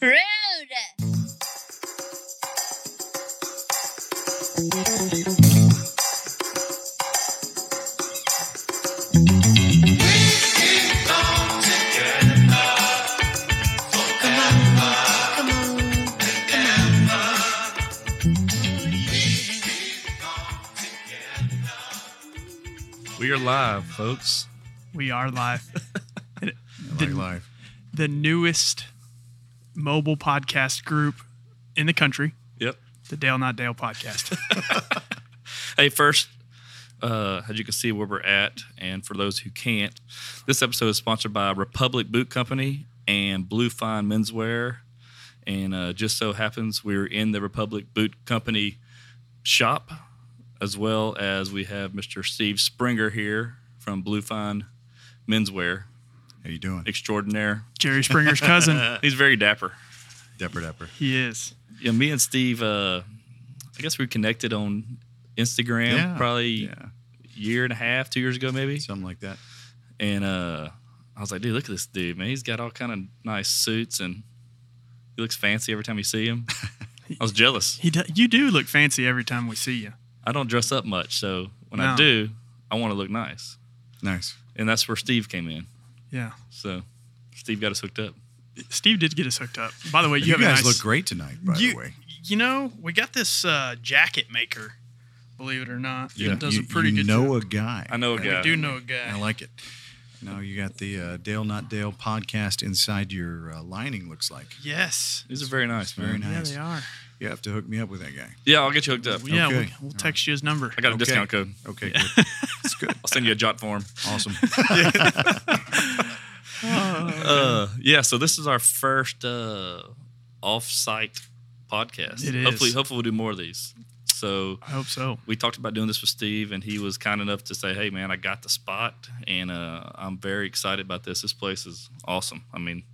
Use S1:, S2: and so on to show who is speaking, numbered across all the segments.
S1: Rude.
S2: We are live, folks.
S3: We are live.
S4: Like live.
S3: the newest mobile podcast group in the country,
S2: Yep.
S3: the Dale Not Dale podcast.
S2: Hey, first, uh, as you can see where we're at, and for those who can't, this episode is sponsored by Republic Boot Company and Blue Fine Menswear. And uh, just so happens we're in the Republic Boot Company shop, as well as we have Mr. Steve Springer here from Blue Fine Menswear
S4: How you doing?
S2: Extraordinaire.
S3: Jerry Springer's cousin.
S2: He's very dapper.
S4: Depper Depper.
S3: He is.
S2: Yeah, me and Steve, uh, I guess we connected on Instagram
S4: Yeah,
S2: probably
S4: yeah.
S2: year and a half, two years ago maybe.
S4: Something like that.
S2: and uh, I was like, dude, look at this dude, man. He's got all kind of nice suits and he looks fancy every time you see him. I was jealous.
S3: He do, you do look fancy every time we see you.
S2: I don't dress up much, so when I
S3: No.
S2: do, I want to look nice,
S4: Nice.
S2: and that's where Steve came in.
S3: Yeah.
S2: So Steve got us hooked up.
S3: Steve did get us hooked up. By the way, you,
S4: You,
S3: have
S4: guys
S3: a nice,
S4: look great tonight, by
S3: you,
S4: the way.
S3: You know, we got this uh, jacket maker, believe it or not.
S2: Yeah.
S3: It does
S4: you,
S3: a pretty
S4: you
S3: good
S4: know
S3: job.
S4: a guy.
S2: I know a guy.
S3: We do know a guy.
S4: I like it. No, you got the uh, Dale Not Dale podcast inside your uh, lining. Looks like
S3: yes.
S2: These are very nice, man.
S4: very nice.
S3: Yeah, they are.
S4: You have to hook me up with that guy.
S2: Yeah, I'll get you hooked up.
S3: Well, yeah,
S4: Okay.
S3: we'll, we'll text you his number.
S2: I got a
S4: Okay.
S2: discount code.
S4: Okay, good. it's good.
S2: I'll send you a jot form.
S4: Awesome.
S2: Uh, yeah. So this is our first uh, off-site podcast.
S3: It is.
S2: Hopefully, hopefully we'll do more of these. So
S3: I hope so.
S2: we talked about doing this with Steve, and he was kind enough to say, "Hey, man, I got the spot, and uh, I'm very excited about this. This place is awesome. I mean,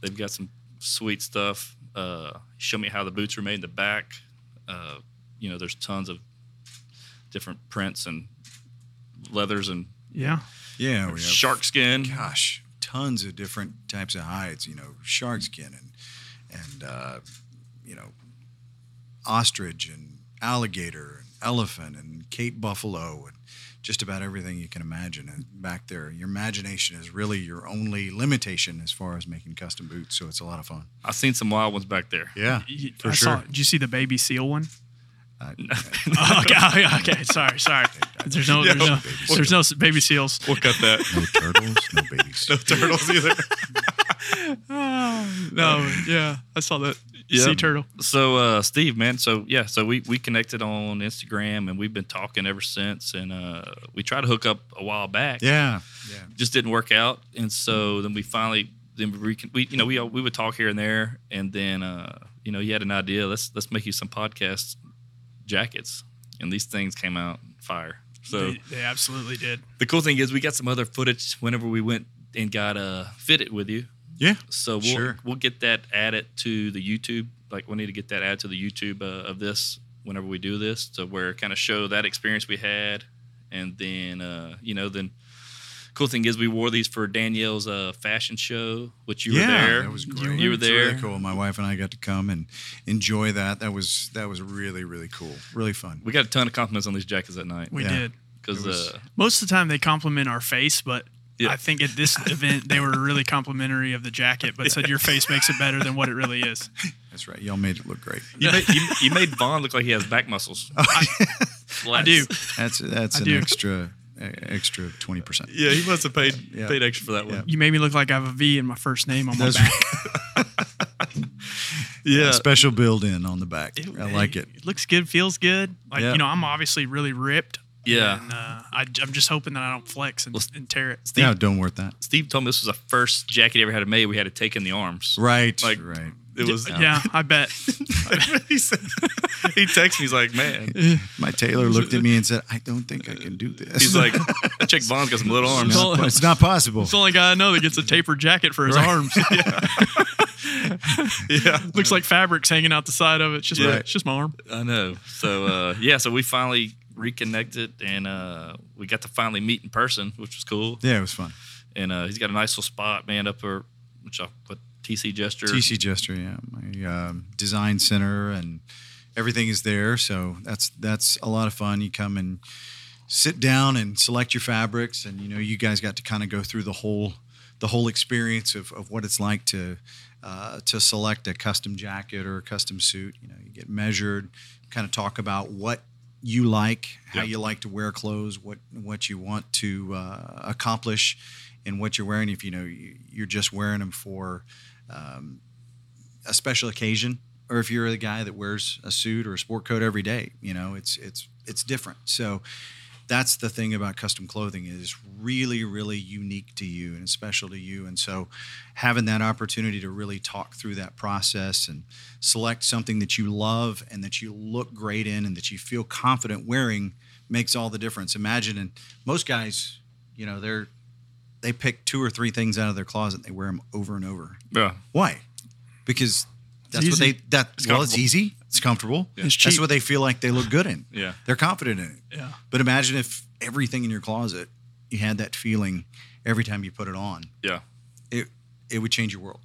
S2: they've got some sweet stuff. Uh, show me how the boots are made in the back. Uh, you know, there's tons of different prints and leathers and
S3: Yeah.
S4: Oh, Yeah, we have.
S2: shark skin.
S4: Gosh, tons of different types of hides. You know, shark skin and and uh, you know, ostrich and alligator and elephant and Cape buffalo and just about everything you can imagine. And back there, your imagination is really your only limitation as far as making custom boots. So it's a lot of fun.
S2: I've seen some wild ones back there.
S4: Yeah,
S3: You-
S4: for
S3: I
S4: sure.
S3: Saw, did you see the baby seal one?
S4: I-
S3: Oh, okay, oh, yeah, okay. Sorry, sorry. There's no, there's no,
S4: Baby
S3: there's no baby seals.
S2: We'll cut that.
S4: no turtles, no babies.
S2: Turtles either.
S3: No, yeah, I saw that
S2: uh, Yeah.
S3: sea turtle.
S2: So, uh, Steve, man, so yeah, so we, we connected on Instagram and we've been talking ever since. And uh, we tried to hook up a while back.
S4: Yeah, yeah.
S2: Just didn't work out. And so then we finally, then we, recon- we you know, we, all- we would talk here and there. And then, uh, you know, he had an idea. Let's, let's make you some podcast jackets. And these things came out fire. So
S3: they, they absolutely did.
S2: the cool thing is we got some other footage whenever we went and got uh, fitted with you.
S4: Yeah,
S2: So we'll
S4: Sure.
S2: we'll get that added to the YouTube. Like we need to get that added to the YouTube uh, of this whenever we do this to where kind of show that experience we had, and then uh, you know then. Cool thing is we wore these for Danielle's uh, fashion show, which you
S4: yeah,
S2: were there.
S4: That was
S3: You
S4: great.
S2: were
S4: It's
S2: there.
S4: Really cool. My wife and I got to come and enjoy that. That was that was really really cool. Really fun.
S2: We got a ton of compliments on these jackets that night
S3: We
S4: Yeah.
S3: did.
S2: because
S4: It was-
S2: uh,
S3: Most of the time they compliment our face, but
S2: Yeah.
S3: I think at this event they were really complimentary of the jacket, but said your face makes it better than what it really is.
S4: That's right. Y'all made it look great.
S2: you, made, you, you made Vaughn look like he has back muscles. I,
S3: I do.
S4: That's that's
S3: I
S4: an
S3: do.
S4: extra e- extra twenty percent.
S2: Yeah, he must have paid
S4: Yeah.
S2: paid extra for that one.
S3: You made me look like I have a V in my first name on my
S4: That's
S3: back.
S2: Yeah,
S4: Special build in on the back. I like it.
S3: It looks good, feels good. Like
S4: Yeah.
S3: you know, I'm obviously really ripped.
S2: yeah.
S3: And, uh, I, I'm just hoping that I don't flex and, and tear it.
S4: No, don't worth that.
S2: Steve told me this was the first jacket he ever had made. We had to take in the arms.
S4: Right.
S2: Like-
S4: right.
S2: It was.
S3: Yeah, I bet.
S2: he, said, he texted me. He's like, man.
S4: My tailor looked at me and said, "I don't think I can do this."
S2: He's like, that chick Vaughn's got some little
S4: it's
S2: arms.
S4: not, po- it's not possible.
S3: It's the only guy I know that gets a tapered jacket for his arms.
S2: Yeah,
S3: Looks like fabric's hanging out the side of it. It's just, my,
S4: Yeah.
S3: it's just my arm.
S2: I know. So uh, yeah, so we finally reconnected and uh, we got to finally meet in person, which was cool.
S4: Yeah, it was fun.
S2: And uh, he's got a nice little spot, man, up there, which I'll put TC Gesture.
S4: TC Gesture, yeah, my um, design center, and everything is there. So that's that's a lot of fun. You come and sit down and select your fabrics, and you know you guys got to kind of go through the whole the whole experience of, of what it's like to uh, to select a custom jacket or a custom suit. You know, you get measured, kind of talk about what you like, how
S2: Yep.
S4: you like to wear clothes, what what you want to uh, accomplish, and what you're wearing. If you know you- you're just wearing them for um, a special occasion, or if you're the guy that wears a suit or a sport coat every day, you know it's it's it's different. So that's the thing about custom clothing is it's really really unique to you and it's special to you and so having that opportunity to really talk through that process and select something that you love and that you look great in and that you feel confident wearing makes all the difference imagine and most guys you know they're they pick two or three things out of their closet and they wear them over and over
S2: Yeah.
S4: why because that's what
S3: easy.
S4: they that well it's
S2: comfortable.
S4: easy it's comfortable
S3: It's
S4: that's
S3: cheap.
S4: what they feel like they look good in
S2: Yeah.
S4: they're confident in it
S3: Yeah.
S4: but imagine if everything in your closet, you had that feeling every time you put it on.
S2: Yeah.
S4: It it would change your world.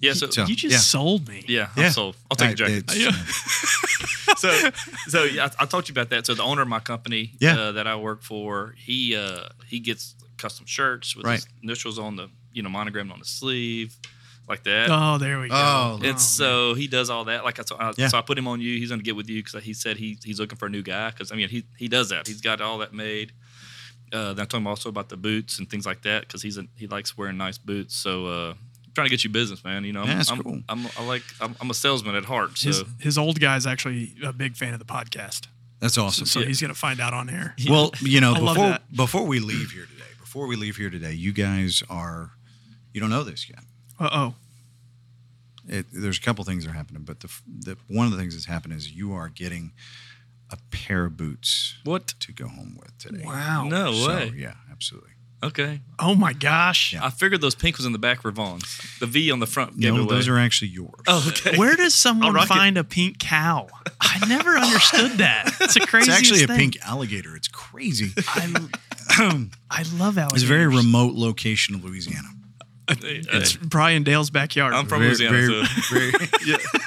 S2: Yeah. So,
S4: So-
S3: You just
S4: Yeah.
S3: sold me.
S2: yeah,
S4: Yeah.
S2: I'm sold. I'll take a
S4: I-
S2: jacket.
S4: it's-
S2: so so yeah, I, I talked to you about that. So the owner of my company
S4: Yeah.
S2: uh, that I work for, he uh, he gets custom shirts with
S4: Right.
S2: his initials on the you know monogrammed on the sleeve, like that.
S3: Oh, there we go.
S4: Oh,
S2: And so he does all that. Like I, so I,
S4: Yeah.
S2: so I put him on you. He's going to get with you because he said he, he's looking for a new guy. Because I mean, he he does that. He's got all that made. Uh, then I told him also about the boots and things like that because he's a, he likes wearing nice boots. So uh, I'm trying to get you business, man. You know, I'm,
S4: Yeah, that's
S2: I'm,
S4: cool.
S2: I'm, I like I'm, I'm a salesman at heart. So
S3: his, his old guy's actually a big fan of the podcast,
S4: That's awesome.
S3: so
S2: Yeah.
S3: he's gonna find out on air.
S4: Well, you know,
S3: I love
S4: before
S3: that.
S4: before we leave here today, before we leave here today, you guys are you don't know this yet.
S3: Uh oh.
S4: It, there's a couple things that are happening, but the, f- the one of the things that's happened is you are getting a pair of boots
S2: what?
S4: to go home with today.
S3: Wow.
S2: No
S4: So,
S2: way.
S4: yeah, absolutely.
S2: Okay.
S3: Oh my gosh.
S4: Yeah.
S2: I figured those pink was in the back were Vaughn's. The V on the front gave
S4: no,
S2: it away.
S4: those are actually yours.
S2: oh, okay.
S3: Where does someone
S2: rock it.
S3: find a pink cow? I never understood that. It's a crazy.
S4: it's actually a pink alligator. It's crazy.
S3: I, I love alligators.
S4: It's a very remote location of Louisiana.
S3: It's Brian Dale's backyard.
S2: I'm from
S4: very,
S2: Louisiana.
S4: Very,
S2: so.
S4: very,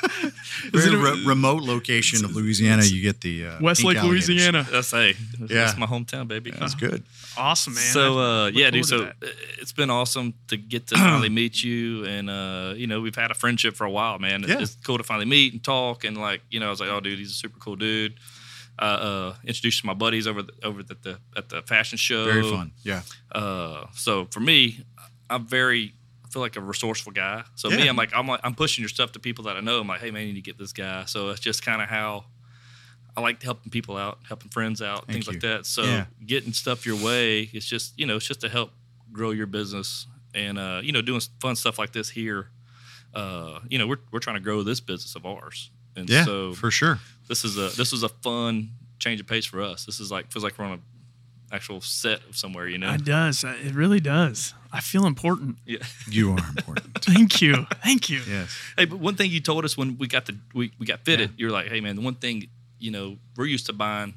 S4: very re- remote location of Louisiana. You get the uh,
S3: Westlake,
S4: pink alligators.
S3: Louisiana.
S2: That's hey,
S4: Yeah.
S2: that's my hometown, baby.
S4: That's good.
S3: Awesome, man.
S2: So
S3: I
S2: uh,
S3: look
S2: yeah, dude. So
S3: forward
S2: uh,
S3: to
S2: it's been awesome to get to finally meet you, and uh, you know we've had a friendship for a while, man. It-
S4: Yeah.
S2: It's cool to finally meet and talk, and like you know, I was like, oh, dude, he's a super cool dude. Uh, uh, introduced to my buddies over the, over at the at the fashion show.
S4: Very fun. Yeah.
S2: Uh, so for me, I'm very I feel like a resourceful guy. So me,
S4: Yeah.
S2: I'm like I'm like, I'm pushing your stuff to people that I know. I'm like, hey man, you need to get this guy. So it's just kind of how I like helping people out, helping friends out,
S4: Thank
S2: things
S4: you.
S2: like that. So
S4: Yeah.
S2: getting stuff your way, it's just you know, it's just to help grow your business and uh, you know, doing fun stuff like this here. Uh, you know, we're we're trying to grow this business of ours, and
S4: Yeah.
S2: so
S4: for sure.
S2: this is a this was a fun change of pace for us. This is like feels like we're on a actual set of somewhere, you know.
S3: that. It does. Uh, It really does. I feel important.
S2: yeah.
S4: You are important.
S3: Thank you. Thank you.
S4: yes.
S2: Hey, but one thing you told us when we got the we, we got fitted, you were like, hey man, the one thing you know we're used to buying,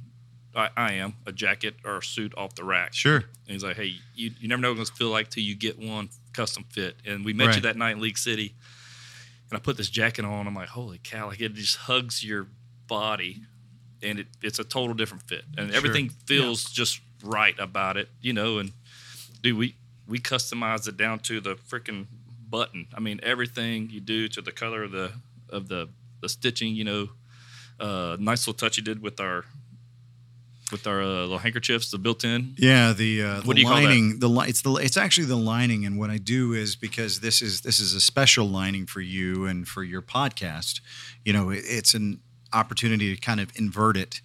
S2: I, I am a jacket or a suit off the rack.
S4: Sure.
S2: And he's like, hey, you, you never know what it's gonna feel like till you get one custom fit. And we met you
S4: Right.
S2: that night in League City, and I put this jacket on. I'm like, holy cow! Like it just hugs your body, and it, it's a total different fit, and everything feels just right about it, you know. And dude, we we customized it down to the freaking button. I mean, everything you do to the color of the of the the stitching, you know, uh, nice little touch you did with our with our uh, little handkerchiefs, the built-in.
S4: Yeah, the, uh, the
S2: What do you call that?
S4: lining, the li- it's the it's actually the lining, and what I do is because this is this is a special lining for you and for your podcast. You know, it, it's an opportunity to kind of invert it,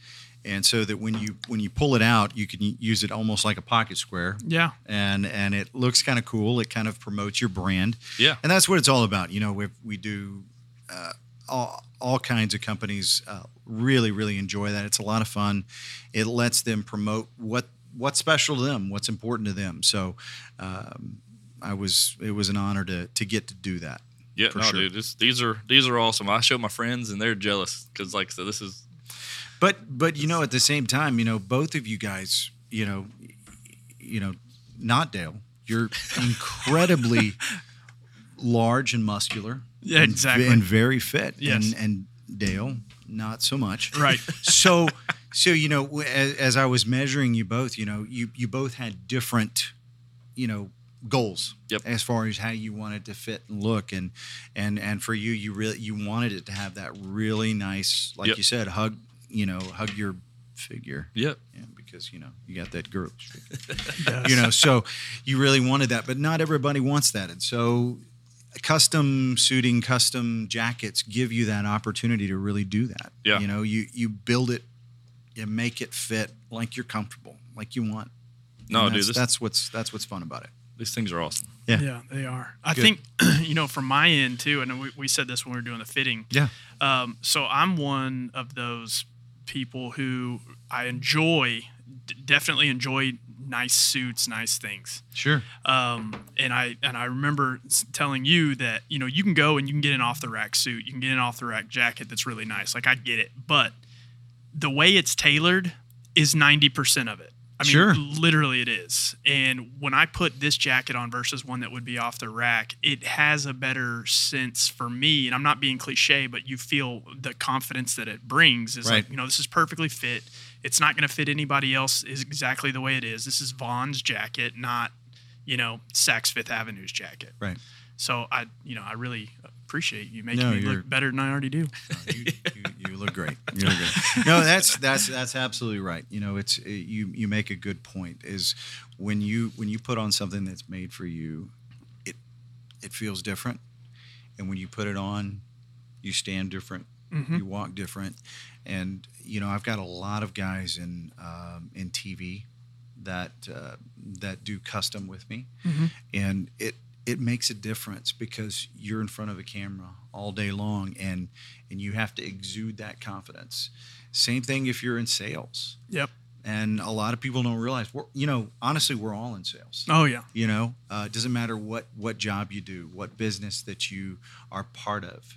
S4: and so that when you when you pull it out, you can use it almost like a pocket square,
S3: Yeah.
S4: and and it looks kind of cool. It kind of promotes your brand,
S2: Yeah.
S4: and that's what it's all about. You know, we we do uh, all all kinds of companies uh, really really enjoy that. It's a lot of fun. It lets them promote what what's special to them, what's important to them. So, um, I was it was an honor to to get to do that.
S2: Yeah,
S4: for
S2: no,
S4: sure.
S2: dude, this, these are these are awesome. I show my friends and they're jealous because, like, so this is
S4: But but you know, at the same time, you know, both of you guys, you know, you know, not Dale, you're incredibly large and muscular.
S3: Yeah,
S4: and-
S3: exactly.
S4: And very fit.
S3: Yes.
S4: And, and Dale, not so much.
S3: Right.
S4: So, so you know, w- as, as I was measuring you both, you know, you you both had different, you know, goals
S2: Yep.
S4: as far as how you wanted to fit and look, and and and for you, you really you wanted it to have that really nice, like
S2: Yep.
S4: you said, hug, you know, hug your figure.
S2: Yep.
S4: Yeah, because you know you got that girl, you know. So you really wanted that, but not everybody wants that, and so custom suiting, custom jackets give you that opportunity to really do that.
S2: Yeah.
S4: you know, you you build it, you make it fit like you're comfortable, like you want.
S2: No,
S4: And
S2: dude,
S4: that's,
S2: this,
S4: that's what's that's what's fun about it.
S2: these things are awesome.
S4: Yeah.
S3: Yeah, they are. I
S4: Good.
S3: think, you know, from my end too, and we, we said this when we were doing the fitting.
S4: Yeah,
S3: Um, so I'm one of those people who I enjoy, d- definitely enjoy nice suits, nice things.
S4: sure.
S3: Um, and I and I remember s- telling you that you know you can go and you can get an off the rack suit, you can get an off the rack jacket that's really nice. Like I get it, but the way it's tailored is ninety percent of it. I mean,
S4: Sure.
S3: literally it is. And when I put this jacket on versus one that would be off the rack, it has a better sense for me. And I'm not being cliche, but you feel the confidence that it brings is
S4: Right.
S3: like, you know, this is perfectly fit. It's not going to fit anybody else is exactly the way it is. This is Vaughn's jacket, not, you know, Saks Fifth Avenue's jacket.
S4: Right.
S3: So I, you know, I really appreciate you making
S4: No,
S3: me
S4: you're-
S3: look better than I already do.
S4: you, you, you look great. You look great. No, that's that's that's absolutely right. You know, it's it, you you make a good point. Is when you when you put on something that's made for you, it it feels different, and when you put it on, you stand different.
S3: Mm-hmm. Hmm.
S4: You walk different, and you know I've got a lot of guys in um, in TV that uh, that do custom with me, and it it makes a difference because you're in front of a camera all day long, and and you have to exude that confidence. Same thing if you're in sales,
S3: Yep.
S4: and a lot of people don't realize. We're, you know, honestly, we're all in sales.
S3: Oh yeah.
S4: You know, uh, it doesn't matter what what job you do, what business that you are part of.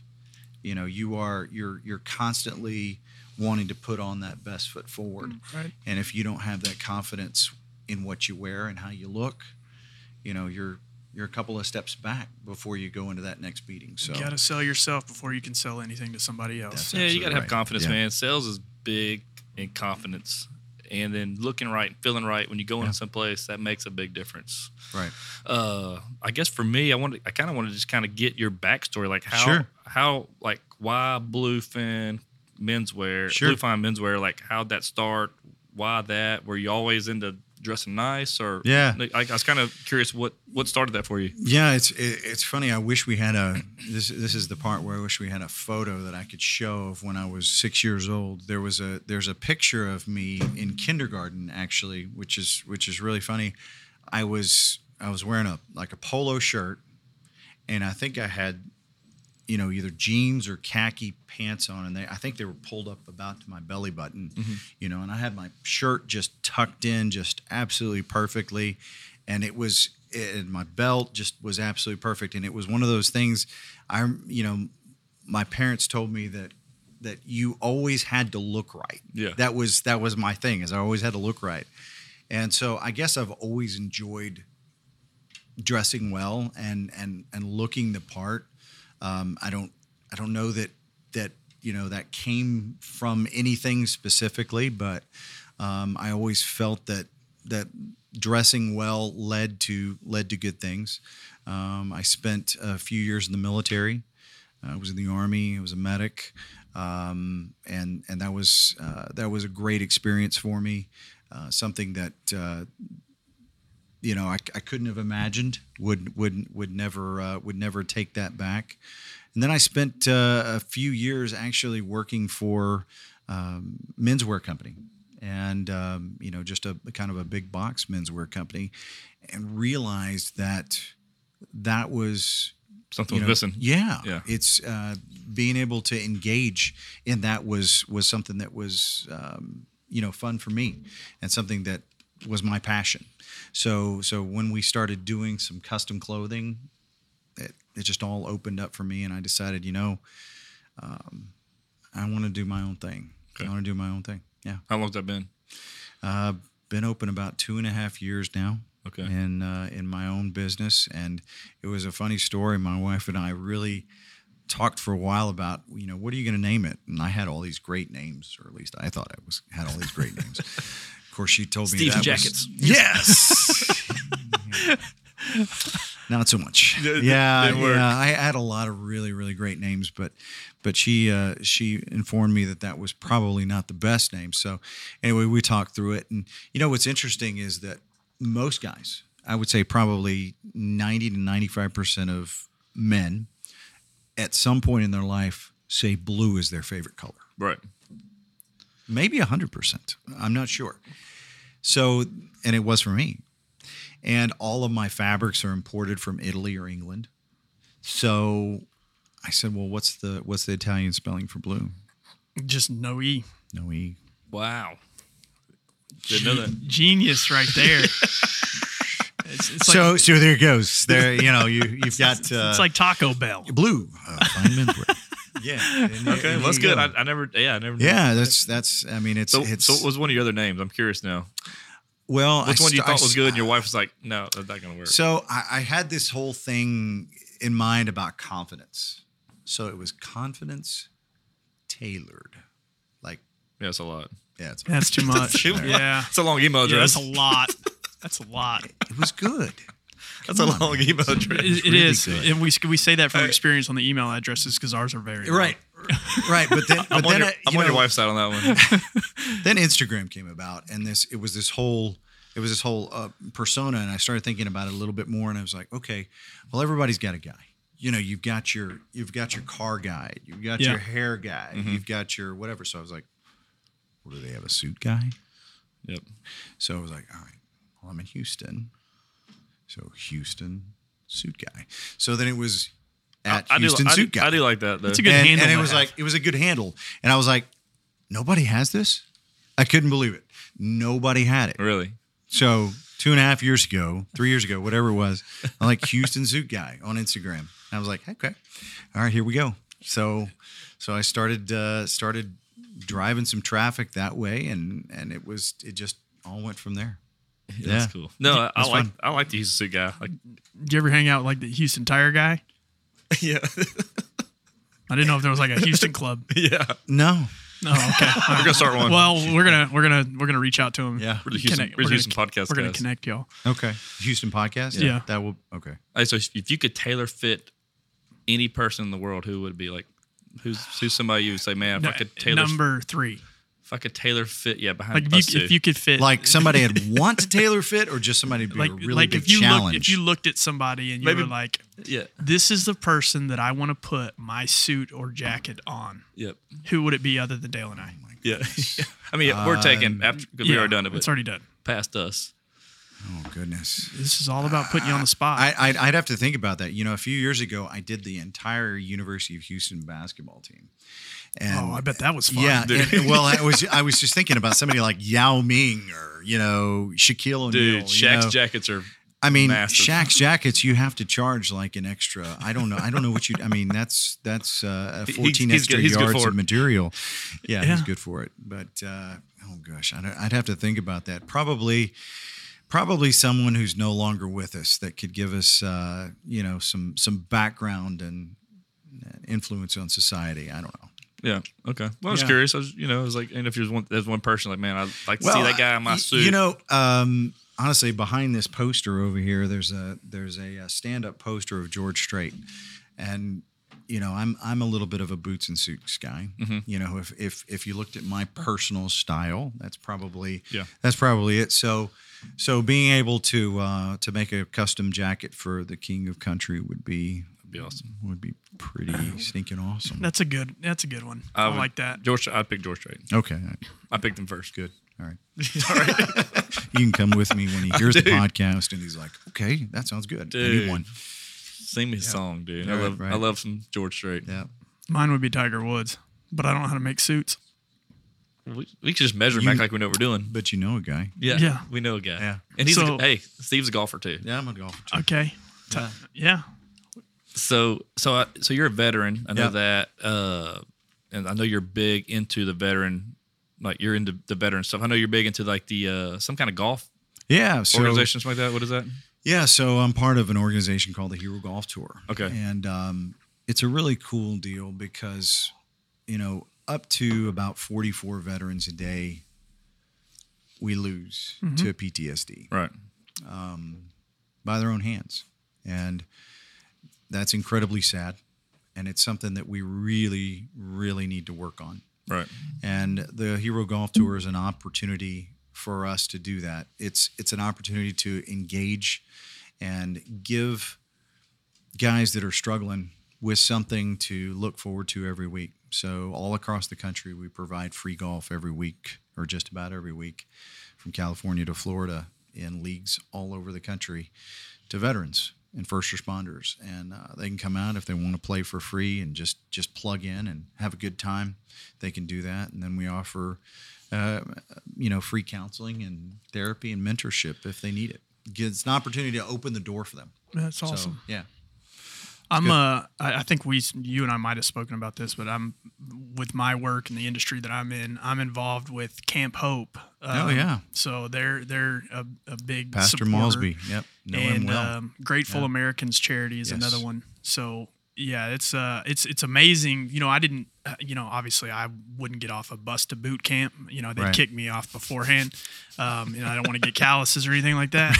S4: You know, you are you're you're constantly wanting to put on that best foot forward.
S3: Mm, Right.
S4: And if you don't have that confidence in what you wear and how you look, you know, you're you're a couple of steps back before you go into that next meeting. So
S3: You got to sell yourself before you can sell anything to somebody else.
S4: That's
S2: yeah, you
S4: absolutely
S2: gotta have
S4: right.
S2: confidence,
S4: Yeah.
S2: man. Sales is big in confidence, and then looking right, and feeling right when you go
S4: Yeah.
S2: in someplace that makes a big difference.
S4: right.
S2: Uh, I guess for me, I want I kind of want to just kind of get your backstory, like how
S4: Sure.
S2: how like why Bluefin menswear,
S4: Sure.
S2: Bluefin menswear, like how'd that start? Why that? Were you always into dressing nice or
S4: Yeah.
S2: Like, I, I was kind of curious what what started that for you.
S4: Yeah, it's it, it's funny. I wish we had a this this is the part where I wish we had a photo that I could show of when I was 6 years old. There was a there's a picture of me in kindergarten actually, which is which is really funny. I was I was wearing a like a polo shirt and I think I had you know either jeans or khaki pants on and they I think they were pulled up about to my belly button you know and I had my shirt just tucked in just absolutely perfectly and it was and my belt just was absolutely perfect and it was one of those things I you know my parents told me that that you always had to look right
S2: Yeah.
S4: that was that was my thing is I always had to look right and so I guess I've always enjoyed dressing well and and and looking the part. Um, I don't I don't know that that you know that came from anything specifically, but um, I always felt that that dressing well led to led to good things. Um, I spent a few years in the military. Uh, I was in the army. I was a medic, um, and and that was uh, that was a great experience for me. Uh, something that uh, you know I, I couldn't have imagined would would would never uh, would never take that back. And then I spent uh, a few years actually working for um, menswear company, and um, you know just a kind of a big box menswear company, and realized that that was
S2: Something
S4: you
S2: was
S4: know,
S2: missing.
S4: Yeah,
S2: Yeah.
S4: It's uh, being able to engage in that was was something that was um, you know fun for me, and something that was my passion. So so when we started doing some custom clothing, it it just all opened up for me, and I decided you know, um, I want to do my own thing.
S2: Okay.
S4: I want to do my own thing. Yeah,
S2: How long's that been?
S4: uh, been open about two and a half years now.
S2: Okay.
S4: in uh, in my own business, and it was a funny story. My wife and I really talked for a while about you know what are you going to name it, and I had all these great names, or at least I thought I was had all these great names. Of course, she told me
S2: Steve's
S4: that
S2: Jackets.
S4: was- yes. Not so much.
S2: They- they-
S4: yeah,
S2: they work.
S4: yeah. I had a lot of really, really great names, but but she uh, she informed me that that was probably not the best name. So anyway, we talked through it, and you know what's interesting is that most guys, I would say probably ninety to ninety five percent of men, at some point in their life, say blue is their favorite color
S2: Right.
S4: maybe 100%. I'm not sure. So, and it was for me. And all of my fabrics are imported from Italy or England. So I said, "Well, what's the what's the Italian spelling for blue?"
S3: Just no E.
S4: No e.
S2: Wow. Didn't know that.
S3: Genius right there. it's, it's like,
S4: so so there it goes. There you know, you you've got uh,
S3: it's like Taco Bell.
S4: blue uh, fine menswear. yeah. and-
S2: Okay,
S4: and
S2: well, that's
S4: there you
S2: good. I,
S4: go.
S2: I never. Yeah, I never. knew.
S4: yeah, that's that's I mean it's
S2: So,
S4: it's
S2: so what was one of your other names? I'm curious now.
S4: well,
S2: Which
S4: I
S2: one you
S4: st- I
S2: thought was
S4: st-
S2: good? And your wife was like, "No, that's not gonna work."
S4: So I, I had this whole thing in mind about confidence. So it was confidence tailored. Like,
S2: yeah, that's a lot.
S4: yeah, it's,
S3: That's too much.
S2: too much.
S3: Yeah.
S2: That's a long email
S3: yeah.
S2: address.
S3: That's a lot. That's a lot.
S4: it was good.
S2: That's a,
S4: Come on,
S2: long
S4: man.
S2: email address.
S3: It, it
S4: really
S3: is,
S4: good.
S3: and we we say that from experience on the email addresses because ours are very long.
S4: Right. Right. But then, but
S2: I'm, on
S4: then,
S2: your,
S4: I- you
S2: I'm on your
S4: know,
S2: wife's side on that one.
S4: then Instagram came about and this, it was this whole, it was this whole uh, persona. And I started thinking about it a little bit more and I was like, okay, well, everybody's got a guy. You know, you've got your, you've got your car guy, you've got
S3: Yeah.
S4: your hair guy,
S2: Mm-hmm.
S4: you've got your whatever. So I was like, well, do they have a suit guy?
S2: yep.
S4: So I was like, all right, well, I'm in Houston. So Houston suit guy. So then it was at
S2: I do.
S4: Houston
S2: I, do-
S4: suit guy.
S2: I do like that though.
S3: It's a good
S4: and,
S3: handle.
S4: and it
S3: to
S4: was
S3: have.
S4: like, it was a good handle. And I was like, nobody has this. I couldn't believe it. Nobody had it.
S2: Really.
S4: So two and a half years ago, three years ago, whatever it was, I'm like Houston suit guy on Instagram. And I was like, okay, all right, here we go. So, so I started uh, started driving some traffic that way, and and it was it just all went from there.
S2: Yeah, That's cool. No, I, I
S4: That's
S2: like
S4: fun.
S2: I like the Houston suit guy. Like,
S3: do you ever hang out with, like the Houston Tire guy?
S2: yeah,
S3: I didn't know if there was like a Houston club.
S2: yeah.
S4: No,
S3: Oh, okay.
S2: We're gonna start one.
S3: well, we're gonna we're gonna we're gonna reach out to him.
S4: Yeah.
S2: we're the Houston,
S3: Connect-
S2: we're the
S3: gonna-
S2: Houston podcast
S3: We're gonna
S2: guys.
S3: connect y'all.
S4: okay, Houston podcast.
S3: Yeah.
S4: that will okay.
S2: Hey, so if you could tailor fit any person in the world, who would it be like? Who's who's somebody you would say, man? If I
S3: No,
S2: could tailor,
S3: number three.
S2: if I could tailor fit, yeah, behind
S3: Like
S2: the
S3: if
S2: bus
S3: you, if
S2: too.
S3: you could fit
S4: Like somebody had want to tailor fit, or just somebody would be
S3: like
S4: a really
S3: like
S4: big
S3: if you looked,
S4: challenge.
S3: if you looked at somebody and you
S2: Maybe-
S3: were like,
S2: yeah,
S3: this is the person that I want to put my suit or jacket on.
S2: yep,
S3: Who would it be other than Dale and
S4: Oh
S3: I?
S2: yeah. Um, I mean, yeah, we're taking after because we
S3: Yeah,
S2: already done it, but
S3: It's already done.
S2: past us.
S4: oh goodness.
S3: This is all about putting you on the spot.
S4: I, I'd, I'd have to think about that. You know, a few years ago, I did the entire University of Houston basketball team. And
S3: oh, I bet that was fun.
S4: yeah,
S2: dude.
S4: and- well, I was I was just thinking about somebody like Yao Ming or you know Shaquille O'Neal.
S2: Dude,
S4: you
S2: Shaq's
S4: know.
S2: jackets are
S4: I mean,
S2: massive.
S4: Shaq's jackets. You have to charge like an extra. I don't know. I don't know what you. I mean, that's that's uh,
S2: He- he's-
S4: fourteen
S2: he's
S4: extra
S2: good- he's good
S4: yards
S2: for
S4: of
S2: it.
S4: material. Yeah, he's
S3: Yeah.
S4: good for it. But uh, oh gosh, I'd, I'd have to think about that. Probably, probably someone who's no longer with us that could give us, uh, you know, some some background and uh, influence on society. I don't know.
S2: Yeah. Okay. Well, I was
S3: Yeah.
S2: curious. I was, you know, I was like, and if there's one, there's one person, like, man, I'd like to see
S4: Well,
S2: that guy in my
S4: y-
S2: suit.
S4: You know, um, honestly, behind this poster over here, there's a there's a, uh stand-up poster of George Strait, and you know, I'm I'm a little bit of a boots and suits guy.
S2: Mm-hmm.
S4: You know, if if if you looked at my personal style, that's probably
S2: Yeah.
S4: that's probably it. So. So being able to uh, to make a custom jacket for the king of country would be
S2: That'd be awesome.
S4: would be pretty stinking awesome.
S3: That's a good. That's a good one.
S2: I
S3: I,
S2: would-
S3: like that.
S2: George, I'd pick George Strait.
S4: Okay,
S2: I picked him first. Good.
S4: all right. You can come with me when he hears the
S2: Dude.
S4: podcast and he's like, okay, that sounds good. I
S2: Dude.
S4: need one.
S2: Sing me a song, dude. I
S4: Right,
S2: love, I
S4: right.
S2: love some George Strait.
S4: Yeah.
S3: Mine would be Tiger Woods, but I don't know how to make suits.
S2: We, we could just measure him,
S4: You-
S2: act like we know what we're doing.
S4: But you know a guy.
S2: Yeah.
S3: Yeah.
S2: We know a guy.
S4: Yeah.
S2: And he's,
S3: So-
S2: a, hey, Steve's a golfer too.
S4: Yeah, I'm a golfer too.
S3: Okay. Ti- Yeah.
S2: So, so, I, so you're a veteran. I know
S4: Yeah.
S2: that. Uh, and I know you're big into the veteran, like you're into the veteran stuff. I know you're big into like the, uh, some kind of golf
S4: Yeah. So,
S2: Organization, something like that. What is that?
S4: Yeah. So I'm part of an organization called the Hero Golf Tour.
S2: Okay.
S4: And um, it's a really cool deal because, you know, up to about 44 veterans a day we lose
S2: Mm-hmm.
S4: to PTSD
S2: Right.
S4: by their own hands. And that's incredibly sad. And it's something that we really, really need to work on.
S2: Right.
S4: and the Hero Golf Tour is an opportunity for us to do that. It's it's an opportunity to engage and give guys that are struggling with something to look forward to every week. So all across the country, we provide free golf every week, or just about every week, from California to Florida, in leagues all over the country, to veterans and first responders, and uh, they can come out if they want to play for free and just just plug in and have a good time. They can do that, and then we offer, uh, you know, free counseling and therapy and mentorship if they need it. It's an opportunity to open the door for them.
S3: That's
S4: So,
S3: awesome.
S4: yeah.
S3: I'm uh, I I think we, you and I might have spoken about this, but I'm with my work and the industry that I'm in. I'm involved with Camp Hope.
S4: Oh,
S3: Um,
S4: yeah.
S3: so they're they're a, a big
S4: Pastor
S3: supporter.
S4: Malsby. Yep. Know him
S3: and
S4: well.
S3: um, Grateful
S4: Yeah.
S3: Americans charity is
S4: Yes.
S3: another one. So yeah, it's uh, it's it's amazing. You know, I didn't, uh, you know, obviously I wouldn't get off a bus to boot camp. You know, they
S4: Right.
S3: would kick me off beforehand. Um, you know, I don't want to get calluses or anything like that.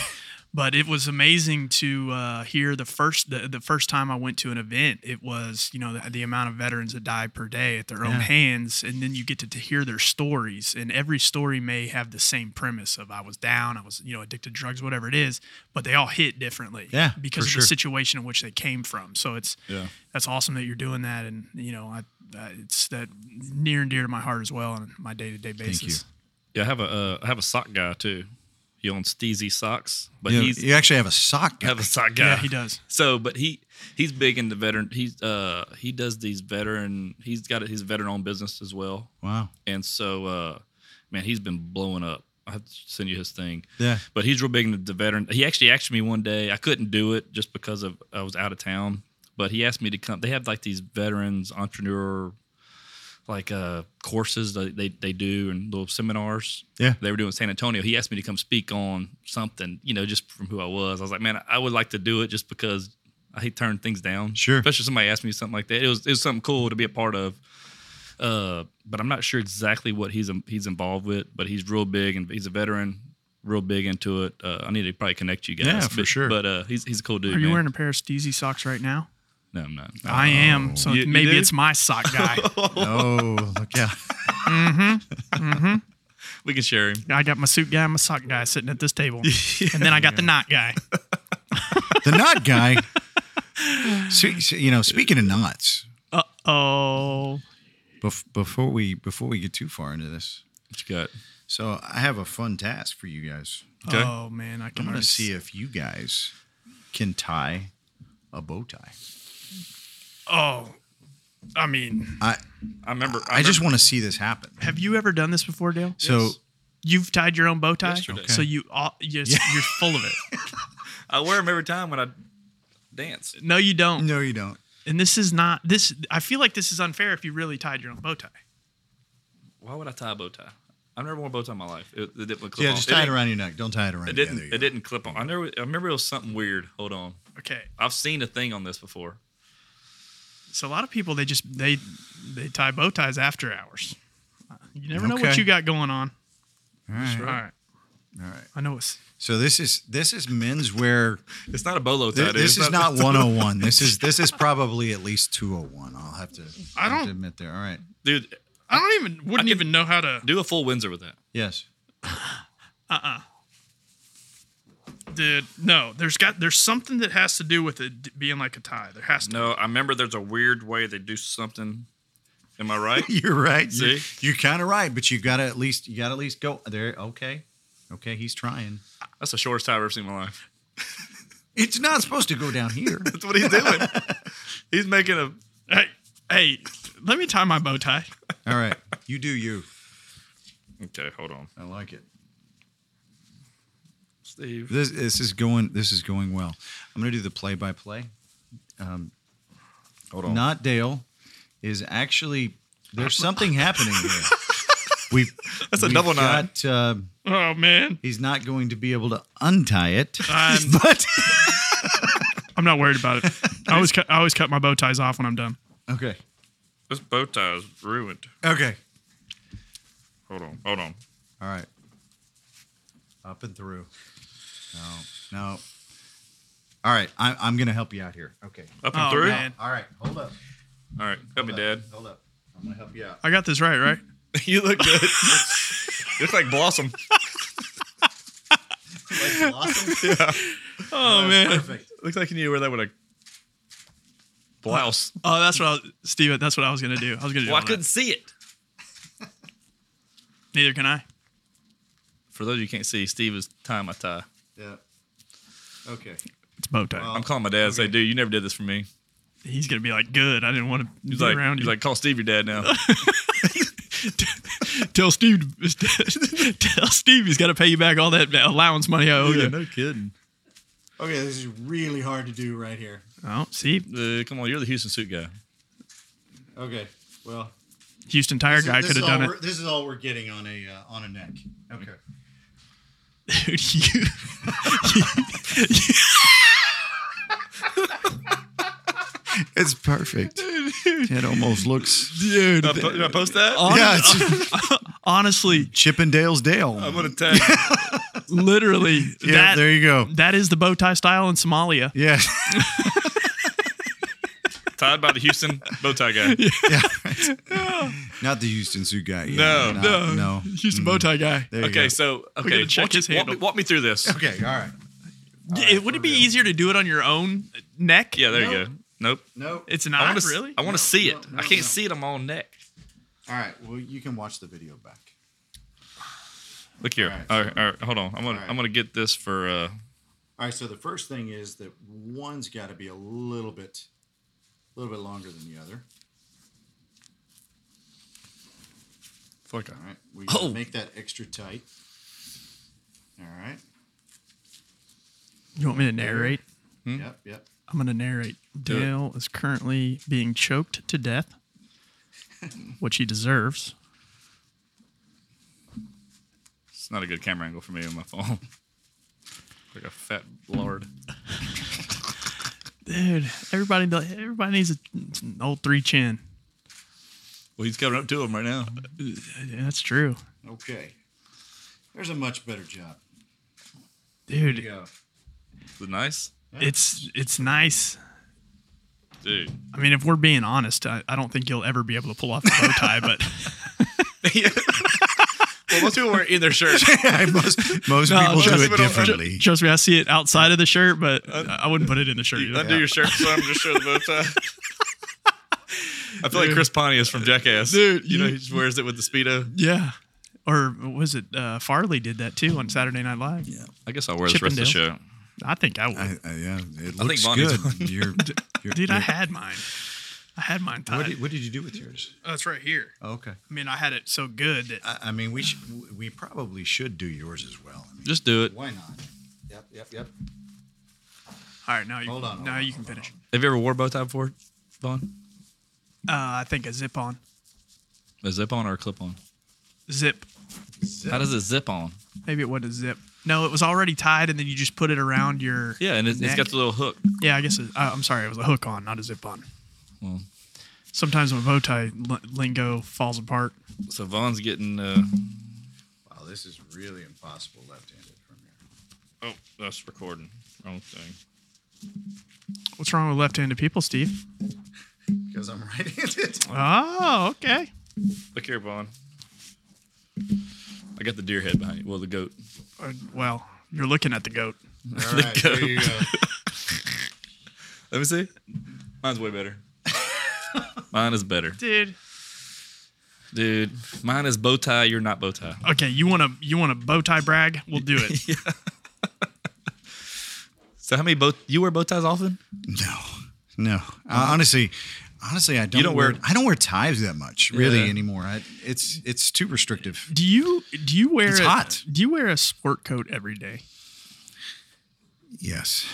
S3: But it was amazing to uh, hear the first the, the first time I went to an event. It was you know the, the amount of veterans that die per day at their own
S4: Yeah.
S3: hands, and then you get to, to hear their stories. And every story may have the same premise of I was down, I was you know addicted to drugs, whatever it is, but they all hit differently.
S4: Yeah,
S3: because
S4: for
S3: of
S4: sure.
S3: the situation in which they came from. So it's
S2: Yeah.
S3: that's awesome that you're doing that, and you know I, I it's that near and dear to my heart as well on my day to day basis.
S4: you.
S2: Yeah. I have a uh, I have a sock guy too. He owns Steezy socks, but
S4: you,
S2: he's
S4: you actually have a sock.
S2: I
S4: guy.
S2: have a sock guy.
S3: Yeah, he does.
S2: So, but he he's big into veteran. He's uh he does these veteran. He's got his veteran owned business as well,
S4: Wow.
S2: and so uh man, he's been blowing up. I have to send you his thing.
S4: Yeah.
S2: But he's real big into the veteran. He actually asked me one day. I couldn't do it just because of I was out of town. But he asked me to come. They have like these veterans entrepreneur like uh courses that they, they do and little seminars.
S4: Yeah.
S2: They were doing in San Antonio. He asked me to come speak on something, you know, just from who I was. I was like, man, I would like to do it just because I hate turning things down.
S4: Sure.
S2: Especially somebody asked me something like that. It was it was something cool to be a part of. Uh, but I'm not sure exactly what he's um, he's involved with. But he's real big and he's a veteran, real big into it. Uh, I need to probably connect you guys.
S4: Yeah, for
S2: but,
S4: sure.
S2: But uh, he's he's a cool dude.
S3: Are you
S2: man.
S3: wearing a pair of Steezy socks right now?
S2: No, I'm not.
S3: I am. So
S2: Oh, You- you
S3: maybe
S2: do?
S3: it's my sock guy.
S4: Oh, look out.
S2: We can share him.
S3: I got my suit guy and my sock guy sitting at this table. And then I got the knot guy.
S4: The knot guy. So- so, you know, speaking of knots,
S3: Uh oh.
S4: bef- before we before we get too far into this,
S2: What you got?
S4: so I have a fun task for you guys.
S2: Okay.
S3: Oh man, I
S4: I'm
S3: can
S4: going
S3: already
S4: to see if you guys can tie a bow tie.
S3: Oh. I mean,
S4: I
S2: I remember.
S4: I, just want to see this happen.
S3: have you ever done this before, Dale?
S4: So
S2: Yes.
S3: You've tied your own bow tie,
S2: Yesterday.
S3: so you all, you're, you're full of it.
S2: I wear him every time when I dance.
S3: No, you don't.
S4: no, you don't.
S3: And this is not this. I feel like this is unfair if you really tied your own bow tie.
S2: Why would I tie a bow tie? I've never worn a bow tie in my life. It, it didn't clip
S4: Yeah,
S2: on.
S4: just tie it
S2: didn't-
S4: around your neck. Don't tie it around.
S2: It
S4: your-
S2: didn't.
S4: yeah, there you
S2: It
S4: go.
S2: didn't clip on. I never. I remember it was something weird. Hold on.
S3: Okay,
S2: I've seen a thing on this before.
S3: so a lot of people they just they they tie bow ties after hours. You never know what
S4: Okay.
S3: you got going on.
S4: All right.
S3: All right,
S4: All right.
S3: I know it's
S4: So this is this is menswear.
S2: It's not a bolo tie.
S4: This,
S2: dude.
S4: this
S2: It's
S4: is not 101. This is this is probably at least 201. I'll have to.
S3: I
S4: have to
S3: don't-
S4: admit there. All right.
S2: Dude,
S3: I don't even wouldn't even know how to
S2: do a full Windsor with that.
S4: Yes.
S3: dude. No, there's got there's something that has to do with it d- being like a tie. There has to.
S2: No, I remember there's a weird way they do something. Am I right?
S4: You're right. You're,
S2: See?
S4: you're kind of right, but you got to at least you got to at least go there. Okay. Okay. He's trying.
S2: That's the shortest tie I've ever seen in my life.
S4: It's not supposed to go down here.
S2: That's what he's doing. he's making a.
S3: Hey, hey, let me tie my bow tie.
S4: All right. You do you.
S2: Okay, hold on,
S4: I like it.
S2: Steve.
S4: This this is going this is going well. I'm gonna do the play by play.
S2: Hold on.
S4: Not Dale is actually there's something happening here. We've
S2: That's a
S4: we've
S2: double knot.
S4: got, uh,
S3: Oh man,
S4: he's not going to be able to untie it,
S3: I'm-
S4: but
S3: I'm not worried about it. I always cut, I always cut my bow ties off when I'm done.
S4: okay,
S2: This bow tie is ruined.
S4: okay,
S2: Hold on, hold on.
S4: all right, up and through. No, no. All right, I, I'm going to help you out here. Okay.
S2: Up and
S3: Oh,
S2: through.
S3: man.
S4: All right, hold up.
S2: All right, help me,
S4: hold
S2: Dad.
S4: up, Hold up. I'm going to help you out.
S3: I got this right, right?
S2: you look good. you look like Blossom.
S4: Like blossom.
S2: Oh man,
S4: Perfect.
S2: looks like you need to wear that with a blouse.
S3: Oh, that's what I was, Steven, that's what I was gonna do. I was gonna do.
S2: Well, I
S3: all that.
S2: couldn't see it.
S3: Neither can I.
S2: For those of you who can't see, Steve is tying my tie.
S4: Yeah. Okay.
S3: It's bow tie.
S4: Well-
S2: I'm calling my dad and say, dude, you never did this for me.
S3: He's gonna be like, good. I didn't want to be
S2: He's like,
S3: around
S2: he's
S3: you.
S2: like, call Steve your dad now.
S3: tell Steve, tell Steve he's got to pay you back all that allowance money I owe you.
S2: no kidding.
S4: Okay, this is really hard to do right here.
S3: Oh, see,
S2: Uh, come on, you're the Houston suit guy.
S4: Okay. Well,
S3: Houston Tire
S4: this is-
S3: guy
S4: this
S3: could
S4: is
S3: have
S4: all
S3: done
S4: we're- This is all we're getting on a uh, on a neck. Okay.
S3: it. Dude, you.
S4: It's perfect. It almost looks.
S3: Dude,
S2: Did I post that?
S4: Yeah, it's
S3: honestly,
S4: Chippendale's Dale.
S2: I'm gonna tag.
S3: literally,
S4: yeah,
S3: that
S4: there you go.
S3: that is the bow tie style in Somalia.
S4: Yeah.
S2: tied by the Houston bow tie guy.
S4: yeah. Not the Houston suit guy. yeah,
S2: No,
S4: not-
S3: No,
S4: No.
S3: Houston bow tie guy.
S4: There you
S2: Okay,
S4: go.
S2: so
S3: gotta
S2: okay,
S3: check
S2: walk, walk,
S3: his
S2: me,
S3: handle.
S2: walk me through this.
S4: Okay. All right.
S3: Yeah, would it be easier to do it on your own neck?
S2: Yeah, there you
S4: Nope.
S2: go. Nope.
S4: Nope.
S3: it's
S2: I
S3: not
S2: want to
S3: really.
S2: I want to see it.
S4: no,
S2: I can't
S4: no.
S2: see it. I'm on neck.
S4: all right. Well, you can watch the video back.
S2: Look here. All right,
S4: Alright,
S2: all right. Hold on. I'm gonna
S4: Alright.
S2: I'm gonna get this for. uh
S4: All right. So the first thing is that one's got to be a little bit, a little bit longer than the other.
S2: it's like a-
S4: All right. We gotta
S2: Oh.
S4: make that extra tight. All right.
S3: You want me to narrate?
S4: Yep. Yep.
S3: I'm going to narrate.
S2: it.
S3: Dale is currently being choked to death, which he deserves.
S2: It's not a good camera angle for me on my phone. like a fat lard.
S3: Dude, everybody everybody needs a, an old three chin.
S2: Well, he's coming up to him right now.
S3: Yeah, that's true.
S4: Okay. There's a much better job.
S3: Dude,
S4: Yeah.
S2: Is it nice,
S3: it's it's nice.
S2: dude?
S3: I mean, if we're being honest, I, I don't think you'll ever be able to pull off a bow tie, but
S2: well, most people weren't in their shirts.
S4: most most
S3: No,
S4: people do
S3: trust
S4: it
S2: me, don't-
S4: differently.
S3: trust me, I see it outside of the shirt, but I wouldn't put it in the shirt.
S2: Undo
S4: Yeah.
S2: your shirt, so I'm just show the bow tie. I feel like Chris Pontius from Jackass. Dude, you know he just wears it with the speedo.
S3: Yeah. Or was it uh, Farley did that too on Saturday Night Live? Yeah.
S2: I guess I'll wear
S3: Chip
S2: this rest of the
S3: and
S2: show.
S3: I think I would.
S4: I, I, Uh, yeah,
S2: I
S4: it
S2: think
S4: looks
S2: Bonnie's
S4: good. You're, you're,
S3: Dude, I
S4: you're-
S3: had mine. I had mine tied.
S4: what, did, what did you do with yours?
S3: oh, it's right here.
S4: Oh, okay.
S3: I mean, I had it so good that
S4: I, I mean, we sh- we probably should do yours as well. I mean,
S2: Just do it.
S4: why not? Yep, yep, yep.
S3: all right, now you
S4: Hold on,
S3: now
S4: hold
S3: you
S4: on,
S3: can
S4: hold
S3: finish.
S2: Have you ever wore a bow tie before, Vaughn?
S3: Uh, I think a zip on.
S2: A zip on or a clip on?
S3: Zip.
S2: How does it zip on?
S3: Maybe it wasn't a zip. No, it was already tied, and then you just put it around your.
S2: Yeah, and it's, it's
S3: neck.
S2: got the little hook.
S3: Yeah, I guess. It, uh, I'm sorry, it was a hook on, not a zip on.
S2: Well.
S3: Sometimes my bow tie l- lingo falls apart.
S2: So Vaughn's getting. Uh,
S4: Wow, this is really impossible left-handed from here.
S2: oh, that's recording. Wrong thing.
S3: What's wrong with left-handed people, Steve?
S4: Because I'm right-handed.
S3: Oh, okay.
S2: Look here, Vaughn. I got the deer head behind you. Well, the goat.
S3: Uh, Well, you're looking at the goat.
S4: All right, there you go.
S2: Let me see. Mine's way better. Mine is better,
S3: Dude.
S2: dude. Mine is bow tie. You're not bow tie.
S3: Okay, you want to you want to bow tie brag? We'll do it.
S2: So how many bow? You wear bow ties often?
S4: No, no. Uh,
S3: Uh-huh.
S4: honestly, honestly, I don't.
S2: don't
S4: wear,
S2: wear-
S4: I don't wear ties that much really
S2: Yeah.
S4: anymore. I, it's it's too restrictive.
S3: Do you do you wear
S4: It's
S3: a,
S4: hot.
S3: Do you wear a sport coat every day?
S4: Yes.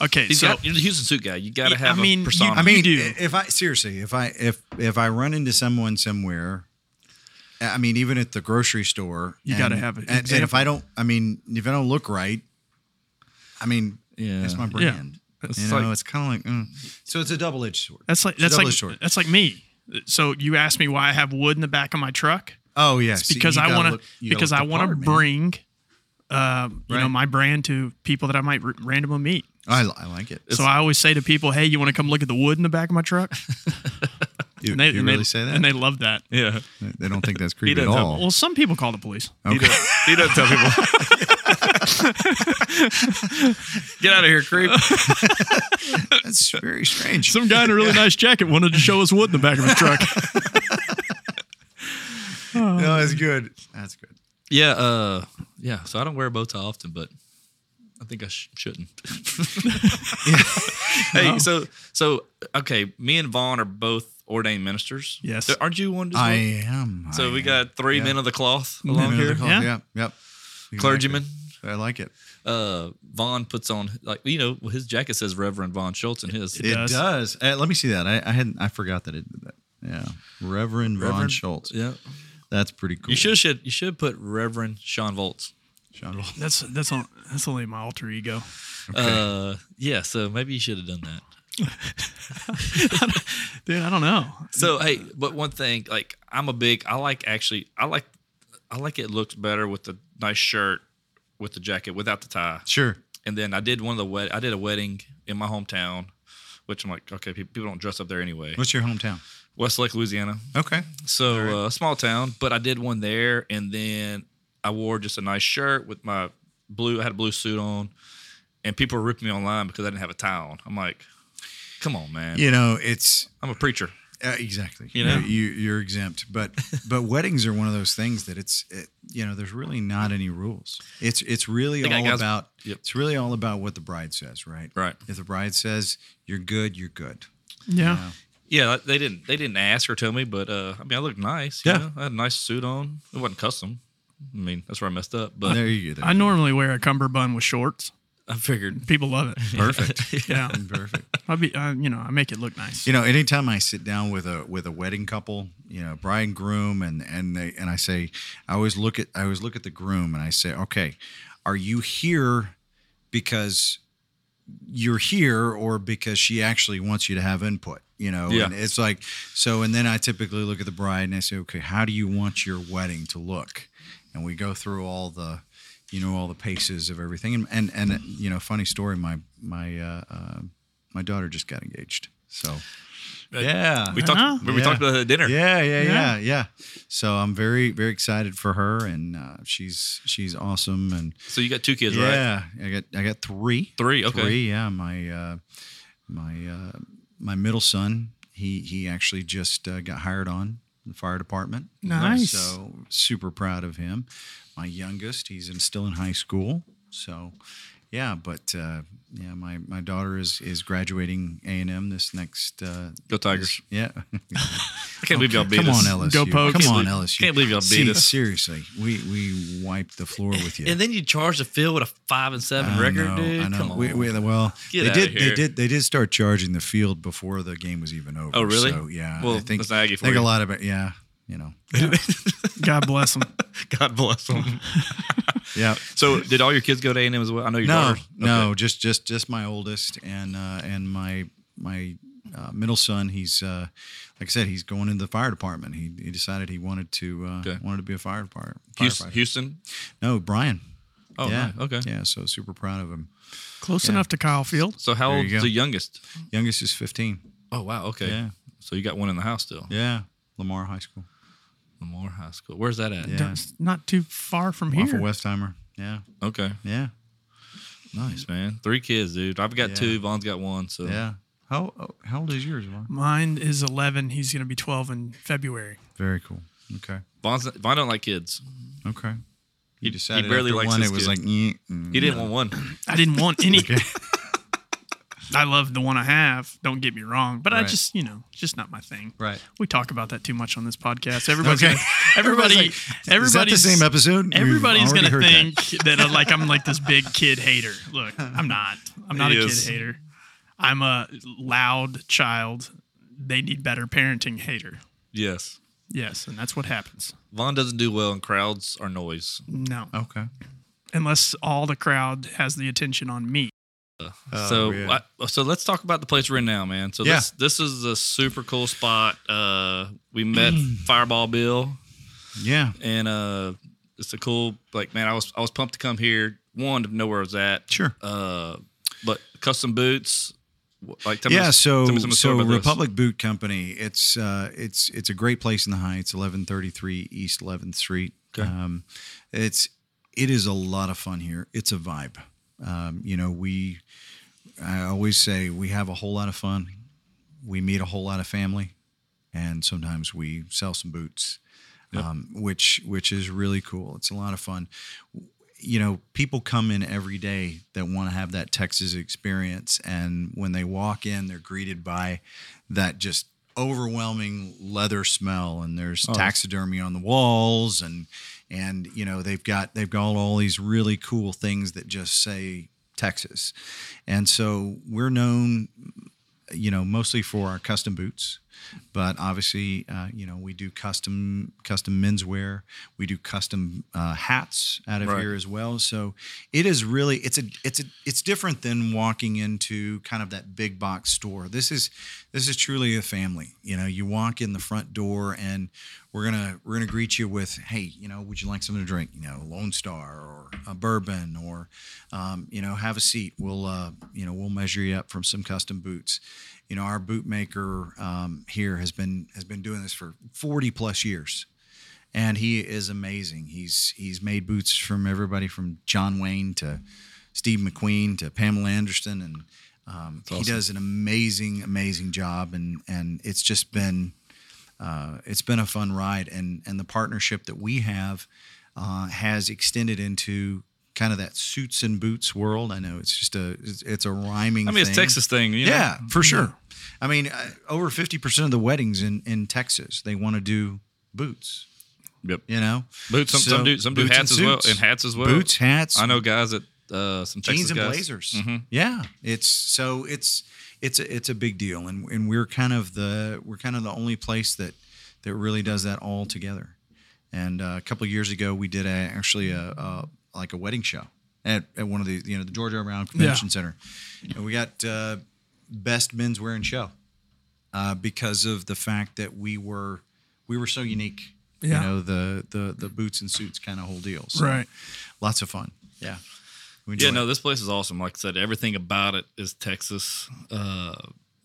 S3: Okay,
S2: He's
S3: so
S2: got- you're the Houston suit guy. You gotta
S3: Yeah,
S2: have
S3: I mean,
S2: a
S3: you-
S2: persona.
S4: I mean,
S3: do.
S4: if I seriously, if I if if I run into someone somewhere I mean, even at the grocery store,
S3: You
S4: and-
S3: gotta have an
S4: And, and if I don't, I mean, if I don't look right, I mean,
S2: Yeah.
S4: it's my
S3: Yeah.
S4: brand.
S2: It's
S4: you know,
S2: like-
S4: it's kind of like, mm. so it's a double edged sword.
S3: That's like
S4: It's a
S3: that's like uh,
S4: double-edged sword.
S3: that's like me. So you asked me why I have wood in the back of my truck
S4: Oh yes,
S3: because I want to because I want to bring, um, you know, my
S4: Right.
S3: brand to people that I might r- randomly meet.
S4: I, li- I like it.
S3: so I always say to people, "Hey, you want to come look at the wood in the back of my truck?"
S4: You,
S3: And they,
S4: you
S3: and they-
S4: really say that?
S3: and they love that.
S2: Yeah.
S4: they don't think that's creepy at
S2: doesn't have-
S4: all.
S3: Well, some people call the police.
S2: He,
S4: Okay.
S2: doesn't, he doesn't tell people. Get out of here, creep.
S4: That's very strange.
S3: Some guy in a really nice jacket wanted to show us wood in the back of his truck.
S4: no, that's good. That's good.
S2: Yeah, uh, yeah. So I don't wear a bow tie often, but I think I sh- shouldn't. hey, so so okay. Me and Vaughn are both ordained ministers.
S3: Yes.
S2: So aren't you one? as
S4: I
S2: well?
S4: am.
S2: So
S4: I
S2: we
S4: am.
S2: got three
S4: Yeah.
S2: men of the cloth
S4: Men
S2: along
S4: of the
S2: here.
S4: cloth,
S3: Yeah.
S4: Yeah. Yep. Exactly.
S2: Clergyman.
S4: I like it.
S2: Uh, Vaughn puts on like you know his jacket says Reverend Vaughn Schultz and his.
S4: It
S3: does.
S4: does. Uh, let me see that. I, I hadn't. I forgot that it did that. Yeah, Reverend, Von
S2: Reverend-
S4: Schultz.
S2: Yeah.
S4: That's pretty cool.
S2: You should should you should put Reverend Sean Volts.
S4: Sean Vol-
S3: That's that's on, that's only my alter ego.
S2: Uh, yeah. So maybe you should have done that.
S3: Dude, I don't know.
S2: So hey, but one thing, like I'm a big, I like actually, I like, I like it looks better with the nice shirt, with the jacket, without the tie.
S4: Sure.
S2: And then I did one of the wed, I did a wedding in my hometown, which I'm like, okay, pe- people don't dress up there anyway.
S4: What's your hometown?
S2: Westlake, Louisiana,
S4: Okay.
S2: so uh, a small town. But I did one there, and then I wore just a nice shirt with my blue. I had a blue suit on, and people were ripping me online because I didn't have a tie on. I'm like, come on, man,
S4: You know, it's
S2: I'm a preacher.
S4: uh, exactly.
S2: You know?
S4: you, you're exempt, but but weddings are one of those things that it's it, you know there's really not any rules. It's it's really
S2: They got
S4: all
S2: guys-
S4: about
S2: Yep.
S4: it's really all about what the bride says, right?
S2: Right.
S4: If the bride says you're good, you're good.
S3: Yeah.
S2: Yeah, they didn't. They didn't ask or tell me, but uh, I mean, I looked nice. You
S4: Yeah.
S2: know? I had a nice suit on. It wasn't custom. I mean, that's where I messed up, but
S4: there you go.
S3: I normally wear a cummerbund with shorts.
S2: I figured.
S3: People love it.
S4: Perfect.
S3: Yeah,
S4: Perfect.
S3: I be I, you know I make it look nice.
S4: You know, anytime I sit down with a with a wedding couple, you know, bride and uh, groom, and and they and I say, I always look at I always look at the groom and I say, okay, are you here because you're here or because she actually wants you to have input? You know,
S2: Yeah.
S4: and it's like so. And then I typically look at the bride and I say, okay, how do you want your wedding to look? And we go through all the you know all the paces of everything and and, and uh, you know funny story my my uh, uh, my daughter just got engaged so yeah
S2: We
S3: I
S2: talked.
S3: know.
S2: We we talked
S4: Yeah.
S2: about that at dinner.
S4: yeah, yeah,
S3: Yeah.
S4: yeah, yeah. So I'm very, very excited for her, and uh, she's she's awesome. And
S2: So you got two kids, right?
S4: yeah, I got I got three,
S2: Three. Okay.
S4: three. Yeah, my uh, my uh, my middle son, he he actually just uh, got hired on in the fire department.
S3: Nice.
S4: So super proud of him. My youngest, he's in, still in high school. So yeah, but uh, yeah, my my daughter is is graduating A and M this next. Uh,
S2: Go Tigers.
S4: yeah.
S2: I can't believe y'all beat
S4: Come
S2: us.
S4: on, LSU.
S3: Go Pokes.
S4: Come on,
S2: Can't believe-
S4: LSU.
S2: can't believe y'all beat
S4: See,
S2: us.
S4: Seriously, we we wiped the floor with you.
S2: And then you charge the field with a five and seven
S4: I
S2: record,
S4: know,
S2: dude.
S4: I know.
S2: Come on.
S4: We, we, well,
S2: Get
S4: they
S2: outta
S4: did.
S2: here.
S4: They did. They did start charging the field before the game was even over.
S2: oh, really?
S4: So, yeah.
S2: Well,
S4: I think,
S2: that's Aggie for
S4: think
S2: you.
S4: a lot of it. Yeah. You know.
S3: God bless them.
S2: God bless them.
S4: Yeah.
S2: so, did all your kids go to A and M as well? I know your
S4: No,
S2: daughters.
S4: no, just just just my oldest and uh, and my my uh, middle son. He's uh, like I said, he's going into the fire department. He, he decided he wanted to uh,
S2: Okay.
S4: wanted to be a fire department.
S2: Houston. Houston.
S4: No, Brian.
S2: Oh,
S4: yeah.
S2: nice. okay.
S4: Yeah. So super proud of him.
S3: Close enough to Kyle Field.
S2: So, how
S4: There you
S2: old's
S4: go.
S2: the youngest?
S4: Youngest is 15.
S2: Oh, wow. Okay.
S4: Yeah.
S2: So you got one in the house still.
S4: Yeah. Lamar High School.
S2: Lamar High School. Where's that at?
S4: Yeah.
S3: That's not too far from
S4: Off of
S3: here.
S4: Westheimer. Yeah.
S2: Okay.
S4: Yeah.
S2: Nice, man. Three kids, dude. I've got
S4: Yeah.
S2: two. Vaughn's got one. So
S4: Yeah. How how old is yours, Lamar?
S3: Mine is 11. He's going to be 12 in February.
S4: Very cool. Okay.
S2: Vaughn's, Vaughn don't like kids.
S4: Okay. You
S2: He- he
S4: decided
S2: barely
S4: after
S2: likes
S4: one,
S2: his
S4: it was
S2: kid.
S4: like, "Nyeh, mm,
S2: He didn't want one.
S3: I didn't want any. I love the one I have. Don't get me wrong, but I
S4: Right.
S3: just you know it's just not my thing.
S4: Right.
S3: We talk about that too much on this podcast. Everybody's
S4: Okay.
S3: gonna, everybody
S4: Everybody's Is
S3: everybody's
S4: that the same episode? We've
S3: Everybody's
S4: already
S3: gonna
S4: heard
S3: think that. uh, like I'm like this big kid hater. Look, I'm not. I'm not
S2: He
S3: a
S2: is.
S3: kid hater. I'm a loud child. They need better parenting hater.
S2: Yes.
S3: Yes, and that's what happens.
S2: Vaughn doesn't do well in crowds or noise.
S3: No,
S4: Okay.
S3: unless all the crowd has the attention on me.
S4: Oh,
S2: so
S4: yeah.
S2: I- so let's talk about the place we're in now, man. So
S4: Yeah.
S2: this this is a super cool spot. Uh, we met Fireball Bill,
S4: Yeah.
S2: and uh, it's a cool like man. I was I was pumped to come here. One to know where I was at.
S4: Sure.
S2: Uh, but custom boots, wh- like tell me-
S4: yeah, so
S2: tell me some story
S4: so
S2: about this.
S4: Republic Boot Company. It's uh, it's it's a great place in the Heights, eleven thirty three East Eleventh Street.
S2: Okay.
S4: Um, it's it is a lot of fun here. It's a vibe. Um, you know, we I always say we have a whole lot of fun. We meet a whole lot of family, and sometimes we sell some boots, um, which which is really cool. It's a lot of fun you know, people come in every day that want to have that Texas experience. And when they walk in, they're greeted by that just overwhelming leather smell and there's taxidermy on the walls and and you know they've got they've got all these really cool things that just say Texas. And so we're known you know mostly for our custom boots but obviously uh, you know we do custom custom menswear we do custom uh, hats out of
S2: Right.
S4: here as well so it is really it's a it's a it's different than walking into kind of that big box store this is this is truly a family you know you walk in the front door and we're gonna we're gonna greet you with hey you know would you like something to drink you know lone star or a bourbon or um, you know have a seat we'll uh, you know we'll measure you up from some custom boots you know our bootmaker um, here has been has been doing this for 40 plus years and he is amazing he's he's made boots from everybody from john wayne to steve mcqueen to pamela anderson and um, he does an amazing amazing job and and it's just been uh, it's been a fun ride and and the partnership that we have uh, has extended into kind of that suits and boots world i know it's just a it's, it's a rhyming
S2: I mean, it's
S4: thing.
S2: Texas thing. You know? Mm-hmm.
S4: Yeah, for sure. I mean, uh, over 50% of the weddings in, in Texas, they want to do boots,
S2: Yep.
S4: you know?
S2: Boots. Some,
S4: So,
S2: some do some do
S4: boots
S2: hats as well
S4: suits.
S2: and hats as well.
S4: Boots, hats,
S2: I know guys that uh, some
S4: jeans
S2: Texas
S4: and
S2: guys.
S4: blazers.
S2: Mhm.
S4: Yeah. It's so it's it's a, it's a big deal and and we're kind of the we're kind of the only place that that really does that all together. And uh, a couple of years ago we did a, actually a, a like a wedding show at, at one of the you know the Georgia Brown Convention Center. And we got uh, best men's wearing show uh, because of the fact that we were we were so unique.
S3: Yeah.
S4: You know the the the boots and suits kind of whole deal. So Lots of fun. Yeah. We
S2: Yeah,
S4: enjoy
S2: no,
S4: it.
S2: this place is awesome. Like I said, everything about it is Texas. Uh,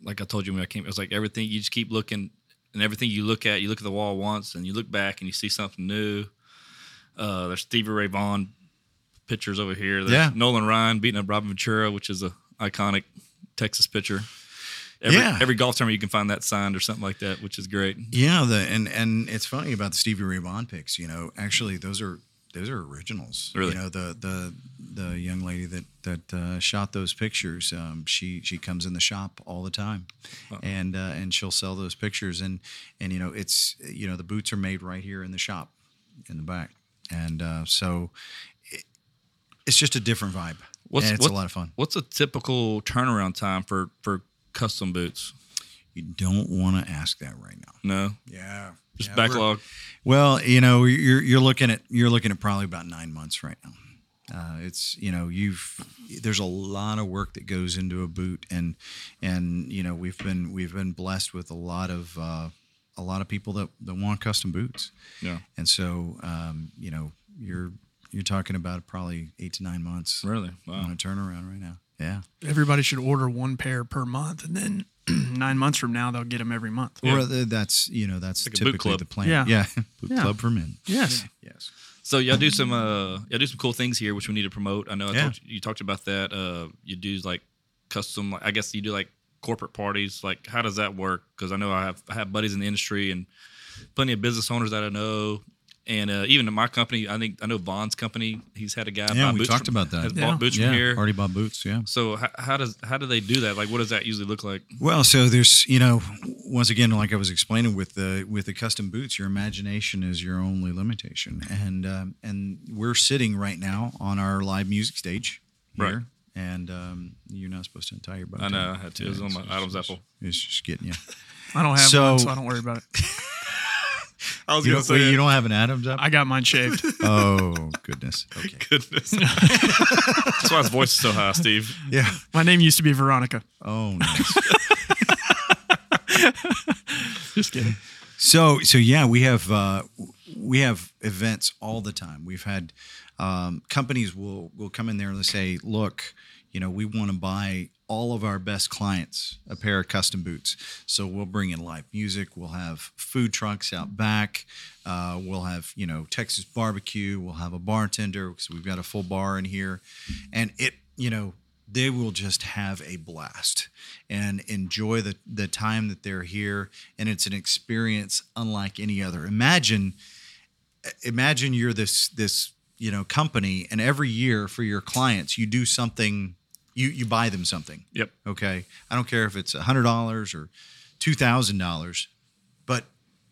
S2: like I told you when I came, it was like everything. You just keep looking, and everything you look at, you look at the wall once, and you look back and you see something new. Uh, there's Stevie Ray Vaughan pictures over here. There's
S4: Yeah.
S2: Nolan Ryan beating up Robin Ventura, which is a iconic Texas pitcher. Every,
S4: Yeah.
S2: every golf tournament you can find that signed or something like that, which is great.
S4: Yeah, the and and it's funny about the Stevie Ray Vaughan picks. You know, actually, those are those are originals.
S2: Really?
S4: You know, the the the young lady that that uh, shot those pictures. Um, she she comes in the shop all the time, and uh, and she'll sell those pictures. And and you know, it's you know the boots are made right here in the shop, in the back, and uh, so it- it's just a different vibe. and it's
S2: what-
S4: a lot of fun.
S2: What's a typical turnaround time for for custom boots?
S4: You don't want to ask that right now.
S2: No,
S4: Yeah.
S2: just
S4: Yeah, we're-
S2: backlog.
S4: Well, you know, you're you're looking at you're looking at probably about nine months right now. Uh, it's you know you've there's a lot of work that goes into a boot and and you know we've been we've been blessed with a lot of uh, a lot of people that, that want custom boots
S2: Yeah,
S4: and so um, you know you're you're talking about probably eight to nine months
S2: really. Wow.
S4: on a turnaround right now yeah
S3: Everybody should order one pair per month, and then nine months from now they'll get them every month.
S2: Yeah.
S4: or th- that's you know that's
S2: Like a boot
S4: typically
S2: club.
S4: the plan
S3: Yeah.
S4: yeah boot
S3: Yeah.
S4: club for men
S3: Yes.
S4: yes
S2: So y'all do some uh y'all do some cool things here which we need to promote. I know I
S4: Yeah.
S2: talked, you talked about that. Uh, you do like custom. Like, I guess you do like corporate parties. Like how does that work? Because I know I have I have buddies in the industry and plenty of business owners that I know. And uh, even in my company, I think I know Vaughn's company. He's had a guy.
S4: Yeah,
S2: buy
S4: we
S2: boots
S4: talked
S2: from-
S4: about that.
S2: Has
S3: Yeah.
S2: bought boots
S4: yeah
S2: from here.
S4: already bought boots yeah
S2: So how, how does how do they do that? Like what does that usually look like?
S4: Well, so there's, you know, once again, like I was explaining with the with the custom boots, your imagination is your only limitation, and um, and we're sitting right now on our live music stage, here,
S2: Right.
S4: And um, you're not supposed to untie your bow.
S2: I know,
S4: tie.
S2: I had to. It was on
S4: it's-
S2: my
S4: it's-
S2: Adam's
S4: it's-
S2: apple.
S4: It's just getting you.
S3: I don't have
S4: So-
S3: one, so I don't worry about it.
S1: I was
S4: You
S1: going
S4: don't,
S1: to
S4: wait,
S1: say
S4: you
S1: it.
S4: don't have an Adam's apple?
S3: I got mine shaved.
S4: oh, goodness. Okay.
S2: Goodness. That's why his voice is so high, Steve.
S4: Yeah.
S3: My name used to be Veronica.
S4: Oh, nice.
S3: Just kidding.
S4: So so yeah, we have uh, we have events all the time. We've had um, companies will will come in there and they say, look, you know, we want to buy all of our best clients a pair of custom boots. So we'll bring in live music. We'll have food trucks out back. Uh, we'll have you know Texas barbecue. We'll have a bartender because we've got a full bar in here, and it you know they will just have a blast and enjoy the, the time that they're here and it's an experience unlike any other imagine imagine you're this this you know company and every year for your clients you do something you you buy them something
S2: Yep.
S4: okay i don't care if it's $100 or $2000 but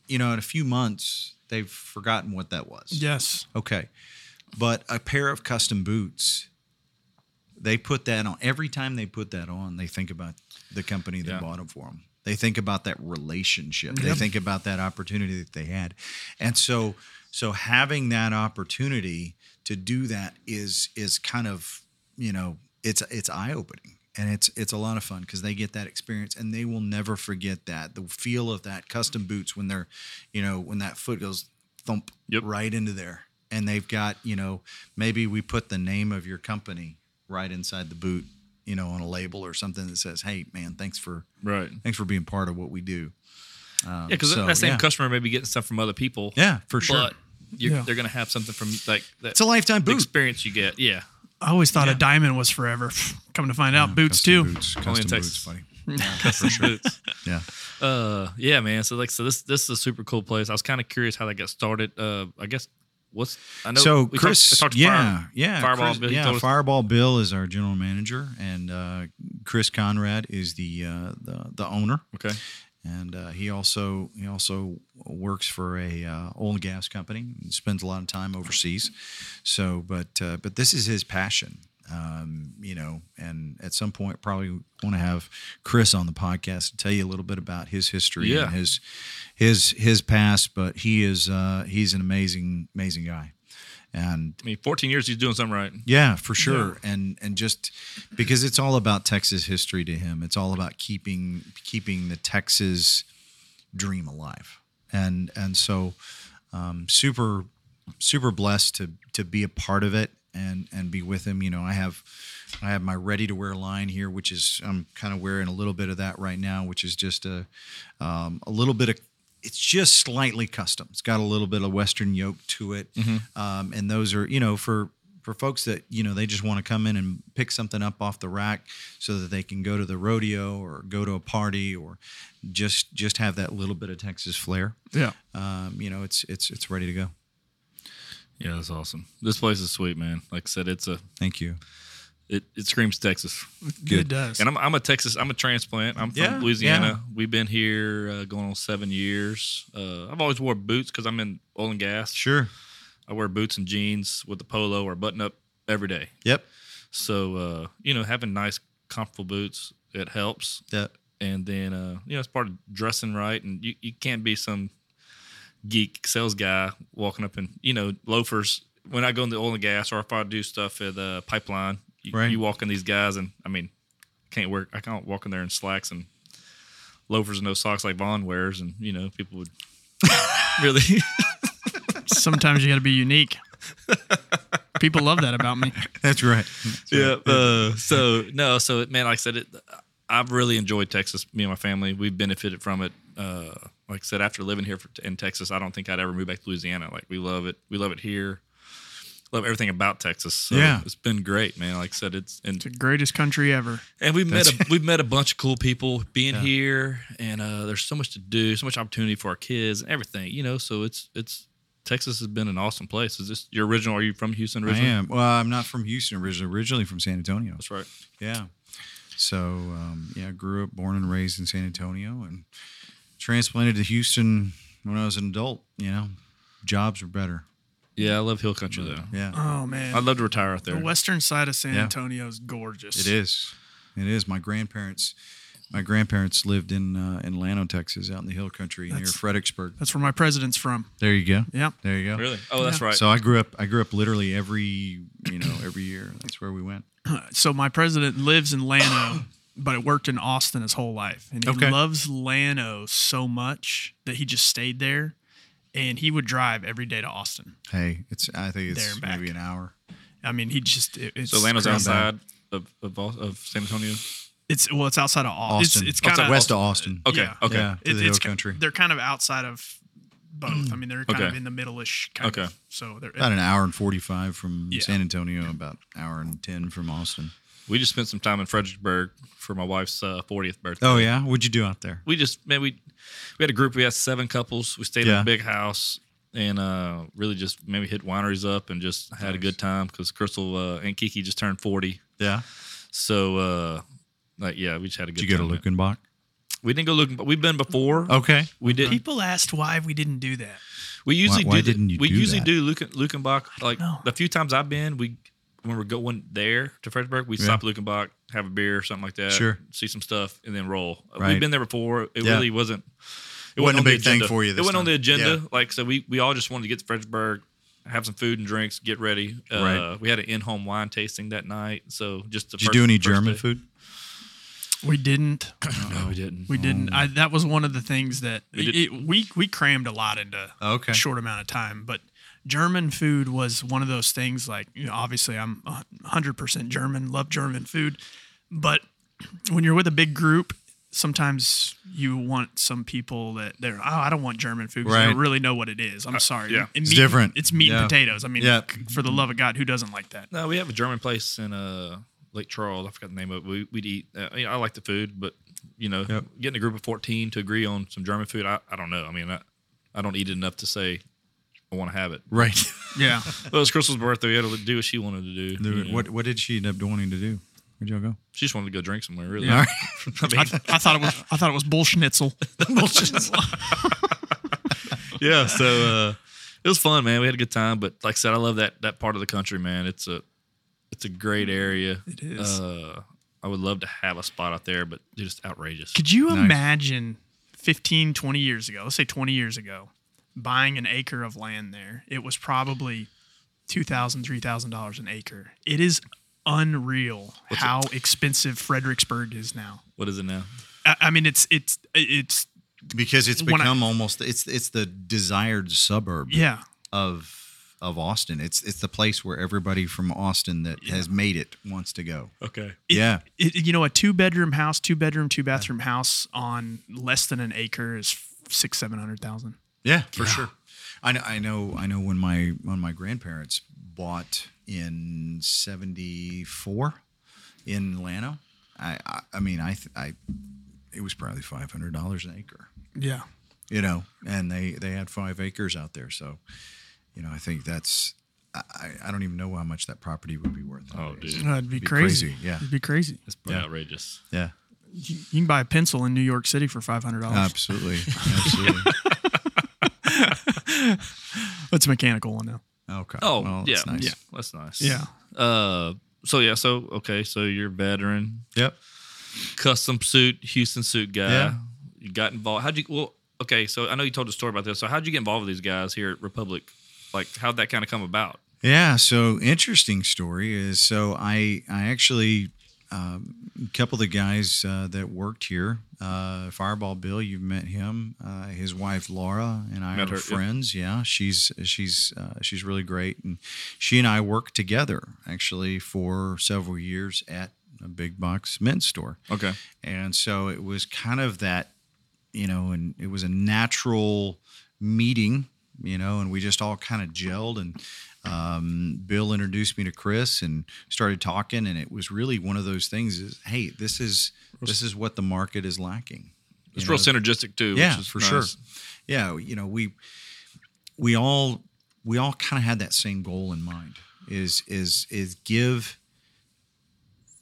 S4: you know in a few months they've forgotten what that was
S3: Yes.
S4: Okay. But a pair of custom boots, they put that on. Every time they put that on, they think about the company that
S2: Yeah.
S4: bought them for them. They think about that relationship. They think about that opportunity that they had. And so so having that opportunity to do that is is kind of, you know, it's it's eye-opening. And it's it's a lot of fun because they get that experience and they will never forget that. The feel of that custom boots when they're, you know, when that foot goes thump
S2: Yep.
S4: right into there. And they've got, you know, maybe we put the name of your company right inside the boot, you know, on a label or something that says, "Hey, man, thanks for
S2: Right.
S4: thanks for being part of what we do." Um,
S2: Yeah, because
S4: so,
S2: that same
S4: yeah.
S2: customer may be getting stuff from other people.
S4: Yeah, for sure.
S2: But you're,
S3: Yeah.
S2: they're going to have something from like that
S4: It's a lifetime boot.
S2: experience you get. Yeah.
S3: I always thought a diamond was forever. Come to find out, boots too.
S4: Custom Boots, custom
S2: in Texas.
S4: boots, buddy.
S2: For sure.
S4: Yeah.
S2: Uh, yeah, man. So like, so this this is a super cool place. I was kind of curious how that got started. Uh, I guess what's I know.
S4: so
S2: we talked-
S4: Chris,
S2: I talked to
S4: yeah,
S2: Fire-
S4: yeah,
S2: Fireball.
S4: Chris-
S2: Bill, he
S4: yeah.
S2: told us-
S4: Fireball Bill is our general manager, and uh, Chris Conrad is the uh, the the owner.
S2: okay.
S4: and uh, he also he also works for a uh, oil and gas company. and spends a lot of time overseas. So, but uh, but this is his passion, um, you know. And at some point, probably want to have Chris on the podcast to tell you a little bit about his history
S2: Yeah.
S4: and his his his past. But he is uh, he's an amazing amazing guy, and
S2: I mean, 14 years he's doing something right.
S4: yeah, for sure. And and just because it's all about Texas history to him. It's all about keeping keeping the Texas dream alive. And and so um, super super blessed to to be a part of it and and be with him. You know, I have I have my ready to wear line here, which is I'm kind of wearing a little bit of that right now, which is just a um, a little bit of it's just slightly custom. It's got a little bit of Western yoke to it, um, and those are you know for for folks that you know they just want to come in and pick something up off the rack so that they can go to the rodeo or go to a party or just just have that little bit of Texas flair.
S3: Yeah.
S4: Um, you know, it's it's it's ready to go.
S2: Yeah, that's awesome. This place is sweet, man. Like I said, it's a
S4: Thank you.
S2: it, it screams Texas.
S3: It does.
S2: And I'm, I'm a Texas. I'm a transplant. I'm from
S4: Yeah,
S2: Louisiana. We've been here uh, going on seven years. Uh, I've always wore boots because I'm in oil and gas.
S4: Sure.
S2: I wear boots and jeans with a polo or button up every day.
S4: Yep.
S2: So uh, you know, having nice, comfortable boots it helps.
S4: Yeah.
S2: And then uh, you know, it's part of dressing right, and you, you can't be some geek sales guy walking up in you know loafers. When I go in the oil and gas, or if I do stuff at the pipeline, you,
S4: Right.
S2: you walk in these guys, and I mean, can't work. I can't walk in there in slacks and loafers and no socks like Vaughn wears, and you know, people would really.
S3: Sometimes you got to be unique. People love that about me.
S4: That's right.
S2: yeah. Uh, so no, so man, like I said, it, I've really enjoyed Texas. Me and my family, we've benefited from it. Uh, like I said, after living here for, in Texas, I don't think I'd ever move back to Louisiana. Like we love it. We love it here. Love everything about Texas. So
S4: Yeah.
S2: it's been great, man. Like I said, it's and
S3: It's the greatest country ever.
S2: and we've met a, we've met a bunch of cool people being here, and uh, there's so much to do, so much opportunity for our kids and everything, you know. So it's it's Texas has been an awesome place. Is this your original? Are you from Houston
S4: I
S2: originally?
S4: am. Well, I'm not from Houston originally. Originally from San Antonio.
S2: That's right.
S4: Yeah. So um, yeah, I grew up, born and raised in San Antonio, and transplanted to Houston when I was an adult. You know, jobs were better.
S2: Yeah, I love hill country though.
S4: Yeah,
S3: Oh man,
S2: I'd love to retire out
S3: the
S2: there.
S3: western side of San
S4: Yeah.
S3: Antonio is gorgeous.
S4: it is. It is. My grandparents My grandparents lived in uh, in Lano, Texas, out in the hill country
S3: That's-
S4: near Fredericksburg.
S3: That's where my president's from.
S4: There you go.
S3: Yeah.
S4: There you go.
S2: Really? Oh, that's
S3: Yeah.
S2: right.
S4: So I grew up. I grew up literally every you know every year. That's where we went.
S3: So my president lives in Lano, but it worked in Austin his whole life, and he
S4: Okay.
S3: loves Lano so much that he just stayed there, and he would drive every day to Austin.
S4: Hey, it's I think
S3: There
S4: it's
S3: and back.
S4: maybe an hour.
S3: I mean, he just it, it's
S2: so Lano's
S3: crazy.
S2: outside of, of Aus- of San Antonio.
S3: It's well, it's outside of Au-
S4: Austin.
S3: It's, it's
S4: Outside-
S3: kind of
S4: west of Austin.
S2: Okay,
S3: Yeah.
S2: okay,
S4: Yeah, to
S3: It-
S4: the
S3: it's
S4: hill
S3: ki-
S4: country.
S3: They're kind of outside of both. I mean, they're kind
S2: Okay.
S3: of in the middle-ish. Kind
S2: Okay.
S3: Of, so they're
S4: About an hour and forty-five from
S3: Yeah.
S4: San Antonio. About hour and ten from Austin.
S2: We just spent some time in Fredericksburg for my wife's uh, 40th birthday.
S4: Oh yeah, what'd you do out there?
S2: we just man we we had a group we had seven couples we stayed in
S4: Yeah.
S2: a big house and uh really just maybe hit wineries up and just had a good time because crystal uh, and kiki just turned 40
S4: Yeah.
S2: so uh like yeah we just had a good
S4: Did you go to Oh.
S2: time
S4: Lukenbach?
S2: we didn't go looking but we've been before
S4: Okay.
S2: we did
S3: people asked why we didn't do that.
S2: we usually
S4: why
S2: do the-
S4: didn't you
S2: we
S4: do
S2: usually
S4: that?
S2: do Luken, lukenbach like
S3: know.
S2: the few times i've been we when we're going there to Fredericksburg, we
S4: Yeah.
S2: stop at Lukenbach, have a beer or something like that.
S4: Sure.
S2: See some stuff and then roll.
S4: Right.
S2: We've been there before. It
S4: Yeah.
S2: really wasn't it
S4: Wasn't a
S2: on the
S4: big thing
S2: agenda.
S4: for you
S2: It
S4: this
S2: wasn't on the
S4: time.
S2: agenda.
S4: Yeah.
S2: Like so, we we all just wanted to get to Fredericksburg, have some food and drinks, get ready. Uh,
S4: Right.
S2: We had an in-home wine tasting that night. So just the
S4: Did you
S2: first-
S4: do any
S2: first
S4: German
S2: day.
S4: food?
S3: We didn't.
S2: No, we didn't.
S3: We
S4: Mm.
S3: didn't. I, that was one of the things that
S2: We
S3: we
S2: did-
S3: it, we, we crammed a lot into
S4: Okay.
S3: a short amount of time. But German food was one of those things. Like you know, obviously, I'm 100 percent German. Love German food, but when you're with a big group. Sometimes you want some people that they're oh I don't want German food 'cause I
S4: Right. Uh,
S3: don't really know what it is I'm sorry
S2: yeah.
S4: It's different.
S3: it's meat
S4: Yeah.
S3: and potatoes I mean
S4: Yeah.
S3: c- for the love of God who doesn't like that
S2: No, we have a German place in uh, Lake Charles. I forgot the name of it. We, we'd eat. Uh, you know, I like the food, but you know,
S4: Yep.
S2: getting a group of fourteen to agree on some German food, I, I don't know. I mean, I, I don't eat it enough to say I want to have it.
S4: Right.
S3: yeah
S2: But it was Crystal's birthday. We had to do what she wanted to do. you know.
S4: what What did she end up wanting to do? Where'd y'all go?
S2: She just wanted to go drink somewhere. Really.
S4: All
S2: I mean,
S3: I, I thought it was I thought it was bull schnitzel
S2: yeah. So uh, it was fun, man. We had a good time. But like I said, I love that that part of the country, man. It's a it's a great area. It
S3: is.
S2: Uh, I would love to have a spot out there, but they're just outrageous.
S3: Could you imagine 15, 20 years ago, let's say 20 years ago, buying an acre of land there? It was probably $2,000, $3,000 an acre. It is unreal how expensive Fredericksburg is now.
S2: What is it now?
S3: I, I mean, it's, it's, it's,
S4: Because it's
S3: When I-
S4: become almost it's it's the desired suburb
S3: yeah.
S4: of of Austin. It's it's the place where everybody from Austin that has made it wants to go.
S2: Okay.
S3: It-
S4: yeah.
S3: It, you know, a two bedroom house, two bedroom, two bathroom house on less than an acre is six, 700,000.
S4: Yeah, for sure. I know, I know, I know. When my when my grandparents bought in '74 in Lano, I I, I mean, I th- I it was probably five hundred dollars an acre,
S3: Yeah.
S4: you know, and they they had five acres out there, so you know, I think that's. I, I- I don't even know how much that property would be worth.
S2: Oh,
S4: nowadays.
S2: dude.
S3: That'd be,
S4: Be
S3: crazy.
S4: crazy, yeah.
S3: It'd be crazy.
S2: It's pretty
S4: Yeah.
S2: outrageous.
S4: Yeah,
S3: You, you can buy a pencil in New York City for $500.
S4: absolutely, absolutely.
S3: It's a mechanical one now.
S4: Okay.
S2: Oh,
S4: well,
S2: yeah,
S4: that's nice.
S2: yeah, that's nice.
S3: Yeah.
S2: Uh, so yeah, so okay, so you're a veteran,
S4: Yep.
S2: custom suit, Houston suit guy.
S4: Yeah.
S2: You got involved. How'd you? Well, okay, so I know you told a story about this. So how'd you get involved with these guys here at Republic? Like, how'd that kind of come about?
S4: Yeah. So interesting story is so I I actually um, a couple of the guys uh, that worked here, uh, Fireball Bill, you've met him. Uh, his wife Laura and I
S2: Met
S4: are
S2: her, yeah.
S4: friends. Yeah, she's she's uh, she's really great, and she and I worked together actually for several years at a big box men's store.
S2: Okay.
S4: And so it was kind of that, you know, and it was a natural meeting, you know, and we just all kind of gelled. And um, Bill introduced me to Chris and started talking. And it was really one of those things is, hey, this is this is what the market is lacking.
S2: It's
S4: You
S2: real
S4: know,
S2: synergistic too.
S4: yeah,
S2: which is
S4: for
S2: nice.
S4: sure. Yeah, you know, we we all we all kind of had that same goal in mind is is is give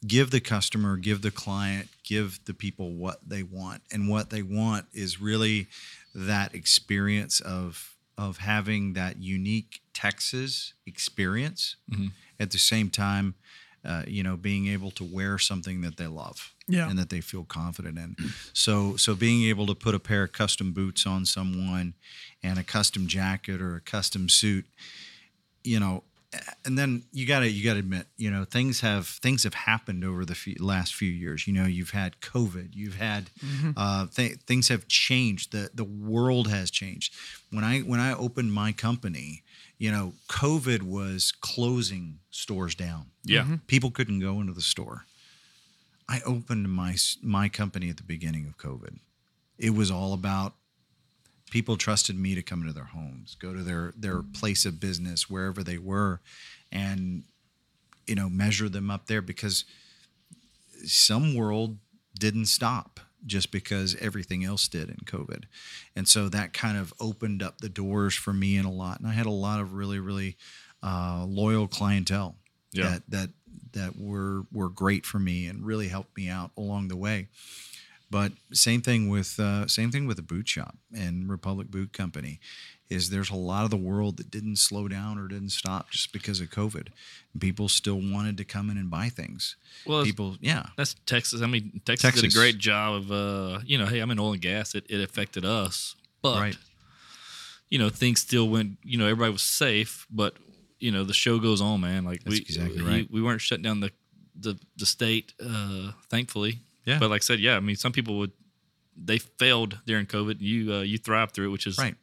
S4: give the customer, give the client, give the people what they want. And what they want is really that experience of of having that unique Texas experience at the same time uh, you know, being able to wear something that they love
S3: Yeah.
S4: and that they feel confident in. So, so being able to put a pair of custom boots on someone and a custom jacket or a custom suit, you know, and then you gotta you gotta admit, you know, things have things have happened over the few, last few years. You know, you've had COVID, you've had uh, th- things have changed. the The world has changed. When I when I opened my company, you know, COVID was closing stores down.
S2: Yeah.
S4: People couldn't go into the store. I opened my my company at the beginning of COVID. It was all about people trusted me to come into their homes, go to their their place of business wherever they were and you know measure them up there because some world didn't stop just because everything else did in COVID. And so that kind of opened up the doors for me in a lot. And I had a lot of really, really uh, loyal clientele
S2: Yeah.
S4: that that that were were great for me and really helped me out along the way. But same thing with uh, same thing with the boot shop and Republic Boot Company, is there's a lot of the world that didn't slow down or didn't stop just because of COVID. People still wanted to come in and buy things.
S2: Well, it's-
S4: People, yeah,
S2: That's Texas. I mean, Texas, did
S4: Texas.
S2: a great job of, uh, you know, hey, I'm in oil and gas. It, it affected us, but
S4: Right.
S2: you know, things still went. You know, everybody was safe, but you know, the show goes on, man. Like we
S4: That's exactly
S2: we-
S4: right.
S2: we weren't shut down the the the state, uh, thankfully.
S4: Yeah.
S2: But like I said, yeah, I mean, some people would they failed during COVID. You uh, you thrived through it, which is
S4: right.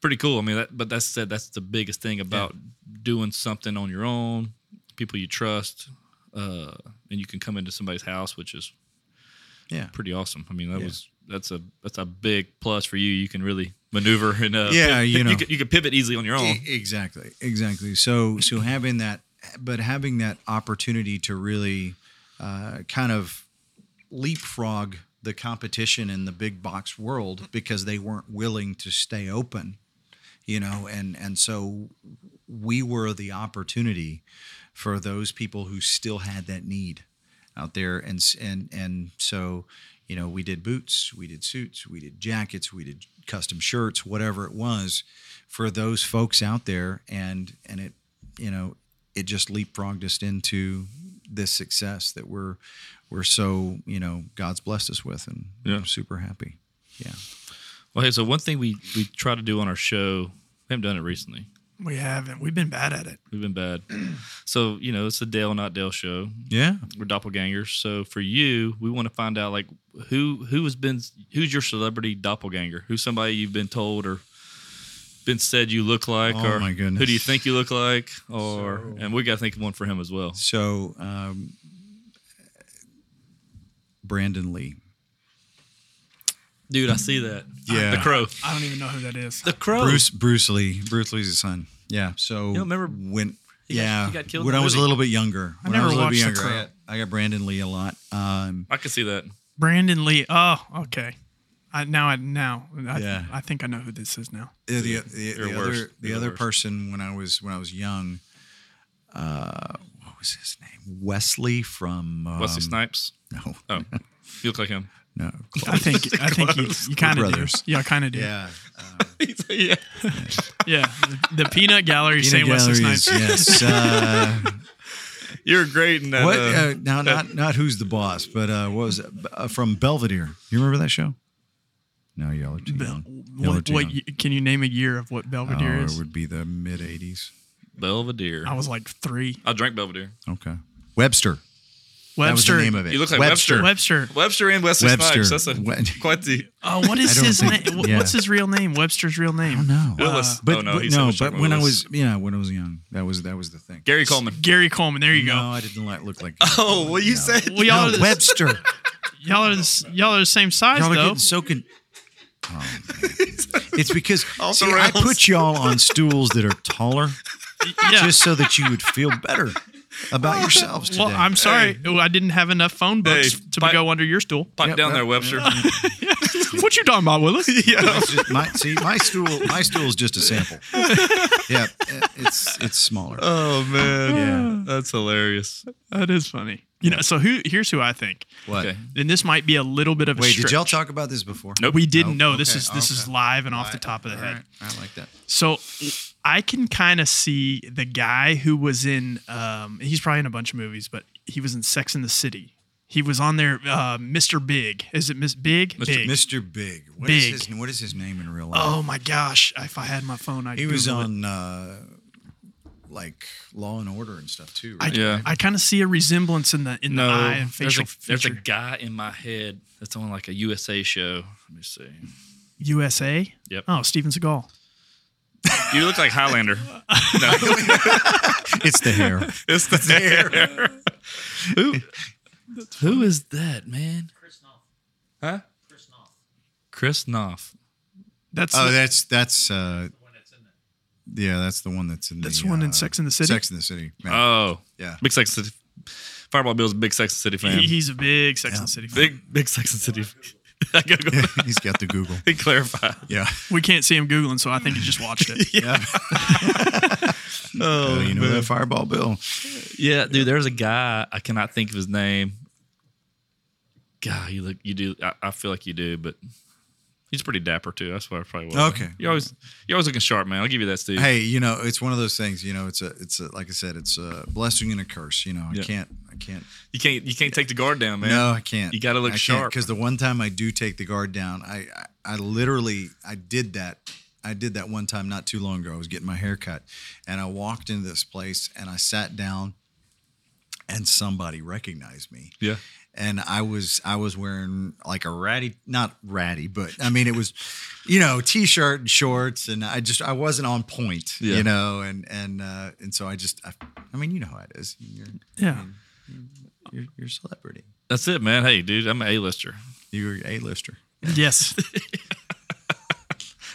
S2: pretty cool. I mean, that, but that said, that's the biggest thing about doing something on your own, people you trust, uh, and you can come into somebody's house, which is
S4: Yeah.
S2: pretty awesome. I mean, that
S4: Yeah.
S2: was that's a that's a big plus for you. You can really maneuver and uh,
S4: Yeah,
S2: pivot-
S4: you know.
S2: you can, you can pivot easily on your own.
S4: E- Exactly, exactly. So so having that, but having that opportunity to really uh, kind of leapfrog the competition in the big box world because they weren't willing to stay open, you know, and and so we were the opportunity for those people who still had that need out there and s- and and so you know we did boots we did suits we did jackets we did custom shirts whatever it was for those folks out there and and it you know it just leapfrogged us into this success that we're we're so you know god's blessed us with and
S2: Yeah.
S4: i'm super happy yeah
S2: Well, hey, so one thing we we try to do on our show, we haven't done it recently.
S3: We haven't. We've been bad at it.
S2: We've been bad. so you know, it's a Dale not Dale show.
S4: yeah
S2: we're doppelgangers. So for you, we want to find out like who who has been who's your celebrity doppelganger? Who's somebody you've been told or been said you look like,
S4: Oh,
S2: or
S4: my goodness.
S2: who do you think you look like, or
S4: So-
S2: and we got to think of one for him as well.
S4: so um brandon lee
S2: Dude, I see that.
S4: Yeah.
S2: the crow.
S3: I don't even know who that is.
S2: The crow.
S4: Bruce Bruce Lee. Bruce Lee's son. Yeah. So
S2: Oh. You don't remember-
S4: when
S2: He got-
S4: yeah
S2: he got killed in
S4: when
S2: the
S4: I was a
S2: movie.
S4: little bit younger.
S3: I
S4: when
S3: never
S4: I was a little bit
S3: watched The
S4: younger, I
S3: Crow.
S4: got, I got Brandon Lee a lot. Um,
S2: I can see that.
S3: Brandon Lee. Oh, okay. I now I now I,
S4: Yeah.
S3: I think I know who this is now.
S4: the the, the,
S2: You're
S4: the
S2: worse.
S4: other the
S2: You're
S4: other
S2: worse.
S4: person when I was when I was young. Uh, what was his name? Wesley from um,
S2: Wesley Snipes.
S4: No,
S2: Oh, you look like him.
S4: no.
S3: I think I think you,
S2: Close.
S3: you kind of do.
S4: brothers.
S3: Yeah, kind of do. Yeah,
S4: Yeah. Um,
S2: yeah.
S3: The, the Peanut Gallery, St. Wesley Snipes.
S4: Yes. Uh,
S2: You're great in that.
S4: what?
S2: uh,
S3: um,
S4: Uh, now, not not who's the boss, but uh, what was it? Uh, from Belvedere? You remember that show? No, y'all are too young. Y'all are
S3: What,
S4: too
S3: what
S4: young.
S3: y- can you name a year of what Belvedere
S4: Oh,
S3: is?
S4: it would be the mid 80s.
S2: Belvedere.
S3: I was like three.
S2: I drank Belvedere.
S4: Okay. Webster. That was
S3: Webster.
S4: the name of it.
S2: You look like
S3: Webster.
S2: Webster and Wesley
S4: Webster.
S2: Snipes. That's a
S4: We-
S2: quite the
S3: Oh, what is
S4: I don't
S3: his name?
S4: think- yeah.
S3: What's his real name? Webster's real
S4: I don't
S3: name.
S4: know.
S2: Willis.
S4: But,
S2: oh no,
S4: but
S2: he's
S4: no,
S2: having a
S4: but
S2: shot.
S4: when I
S2: Willis.
S4: was yeah, when I was young, that was that was the thing.
S2: Gary Coleman.
S3: Gary Coleman. There you
S4: No,
S3: go.
S4: I didn't like, look like.
S2: Oh, well, you said
S3: Well, y'all,
S4: No,
S3: are the,
S4: Webster.
S3: y'all are the, s- y'all are the same size
S4: y'all are
S3: though.
S4: getting so con- Oh, man. It's because
S2: Off the
S4: see, I
S2: rails.
S4: put y'all on stools that are taller
S3: yeah.
S4: just so that you would feel better about yourselves today.
S3: well, I'm sorry. Oh, I didn't have enough phone books
S2: Hey,
S3: to
S2: but-
S3: go under your stool.
S2: pipe
S4: Yep,
S2: down
S4: yep,
S2: there, Webster.
S3: what you talking about, Willis? yeah.
S4: It's just my, see, my stool, my stool is just a sample. Yeah, it's it's smaller.
S3: Uh,
S2: Oh
S4: Yeah.
S2: man, that's hilarious.
S3: That is funny. You know, so who here's who I think.
S4: What?
S2: Okay.
S3: And this might be a little bit of a
S4: Wait,
S3: stretch.
S4: did y'all talk about this before?
S2: Nope.
S3: We didn't
S4: No?
S3: know. This
S4: Okay,
S3: is this is
S4: okay.
S3: live and off the
S4: Alright,
S3: top of the head.
S4: alright, I like that.
S3: So I can kind of see the guy who was in. Um, he's probably in a bunch of movies, but he was in Sex in the City. He was on there, uh, Mr. Big. Is it Miss Big?
S2: Mr.
S3: Big.
S4: Mr. Big. What is
S3: Big.
S4: his what is his name in real life?
S3: Oh my gosh! If I had my phone, I'd.
S4: he was
S3: Google it.
S4: on uh, like Law and Order and stuff too.
S3: I,
S4: Right?
S2: Yeah.
S3: I kind of see a resemblance in the in the eye
S2: No,
S3: and
S2: there's
S3: facial
S2: a, there's a
S3: feature.
S2: guy in my head that's on like a USA show. Let me see.
S3: USA.
S2: Yep.
S3: Oh, Steven Seagal.
S2: You look like Highlander.
S4: it's the hair.
S2: it's the hair. who, who is that, man?
S1: Chris Knopf.
S2: Huh?
S1: Chris Knopf.
S2: Chris Knopf.
S3: That's
S4: Oh,
S3: the-
S4: that's that's uh,
S1: The one that's in there.
S4: yeah, that's the one that's in
S3: That's
S4: the,
S3: the one in
S4: uh,
S3: Sex and the City?
S4: Sex in the City. man.
S2: Oh,
S4: yeah.
S2: Big Sex and City. Fireball Bill's a big Sex and City fan.
S3: he- he's a big Sex
S4: Yeah.
S3: and the City. fan.
S2: big, big Sex and City. I gotta go.
S4: He's got the Google.
S2: He clarified.
S4: Yeah.
S3: We can't see him googling, so I think he just watched it.
S4: Yeah.
S2: Oh,
S4: Uh, you know that Fireball Bill.
S2: Yeah, dude. There's a guy I cannot think of his name. God, you look, you do. I, I feel like you do, but he's pretty dapper too. That's what I probably was.
S4: Okay.
S2: you always, you always looking sharp, man. I'll give you that, Steve.
S4: Hey, you know, it's one of those things, you know, it's a it's a like I said, it's a blessing and a curse, you know. I
S2: Yeah.
S4: can't I can't
S2: You can't, you can't take the guard down, man.
S4: No, I can't.
S2: You gotta look sharp.
S4: Because the one time I do take the guard down, I, I I literally I did that. I did that one time not too long ago. I was getting my hair cut, and I walked into this place and I sat down, and somebody recognized me.
S2: Yeah.
S4: And I was I was wearing like a ratty, not ratty, but I mean it was, you know, t-shirt and shorts, and I just I wasn't on point,
S2: Yeah.
S4: you know, and and uh, and so I just I, I mean you know how it is. You're
S3: Yeah.
S4: you're, you're a celebrity.
S2: That's it, man. Hey, dude, I'm an A-lister.
S4: You're a lister.
S3: Yes.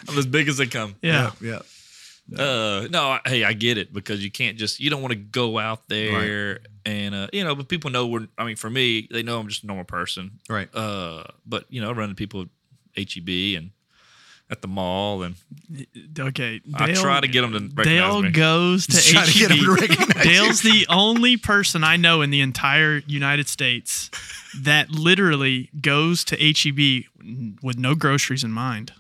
S2: I'm as big as they come.
S3: Yeah.
S4: Oh, Yeah.
S2: Uh, no, I, hey, I get it because you can't just you don't want to go out there and uh, you know, but people know we're. I mean, for me, they know I'm just a normal person,
S4: Right.
S2: Uh, but you know, I run into people at HEB and at the mall, and
S3: Okay.
S2: I
S3: Dale-
S2: try to get them to recognize
S3: Dale
S2: me.
S3: goes to
S4: Try to get
S3: HEB.
S4: him to recognize you.
S3: Dale's the only person I know in the entire United States that literally goes to HEB with no groceries in mind.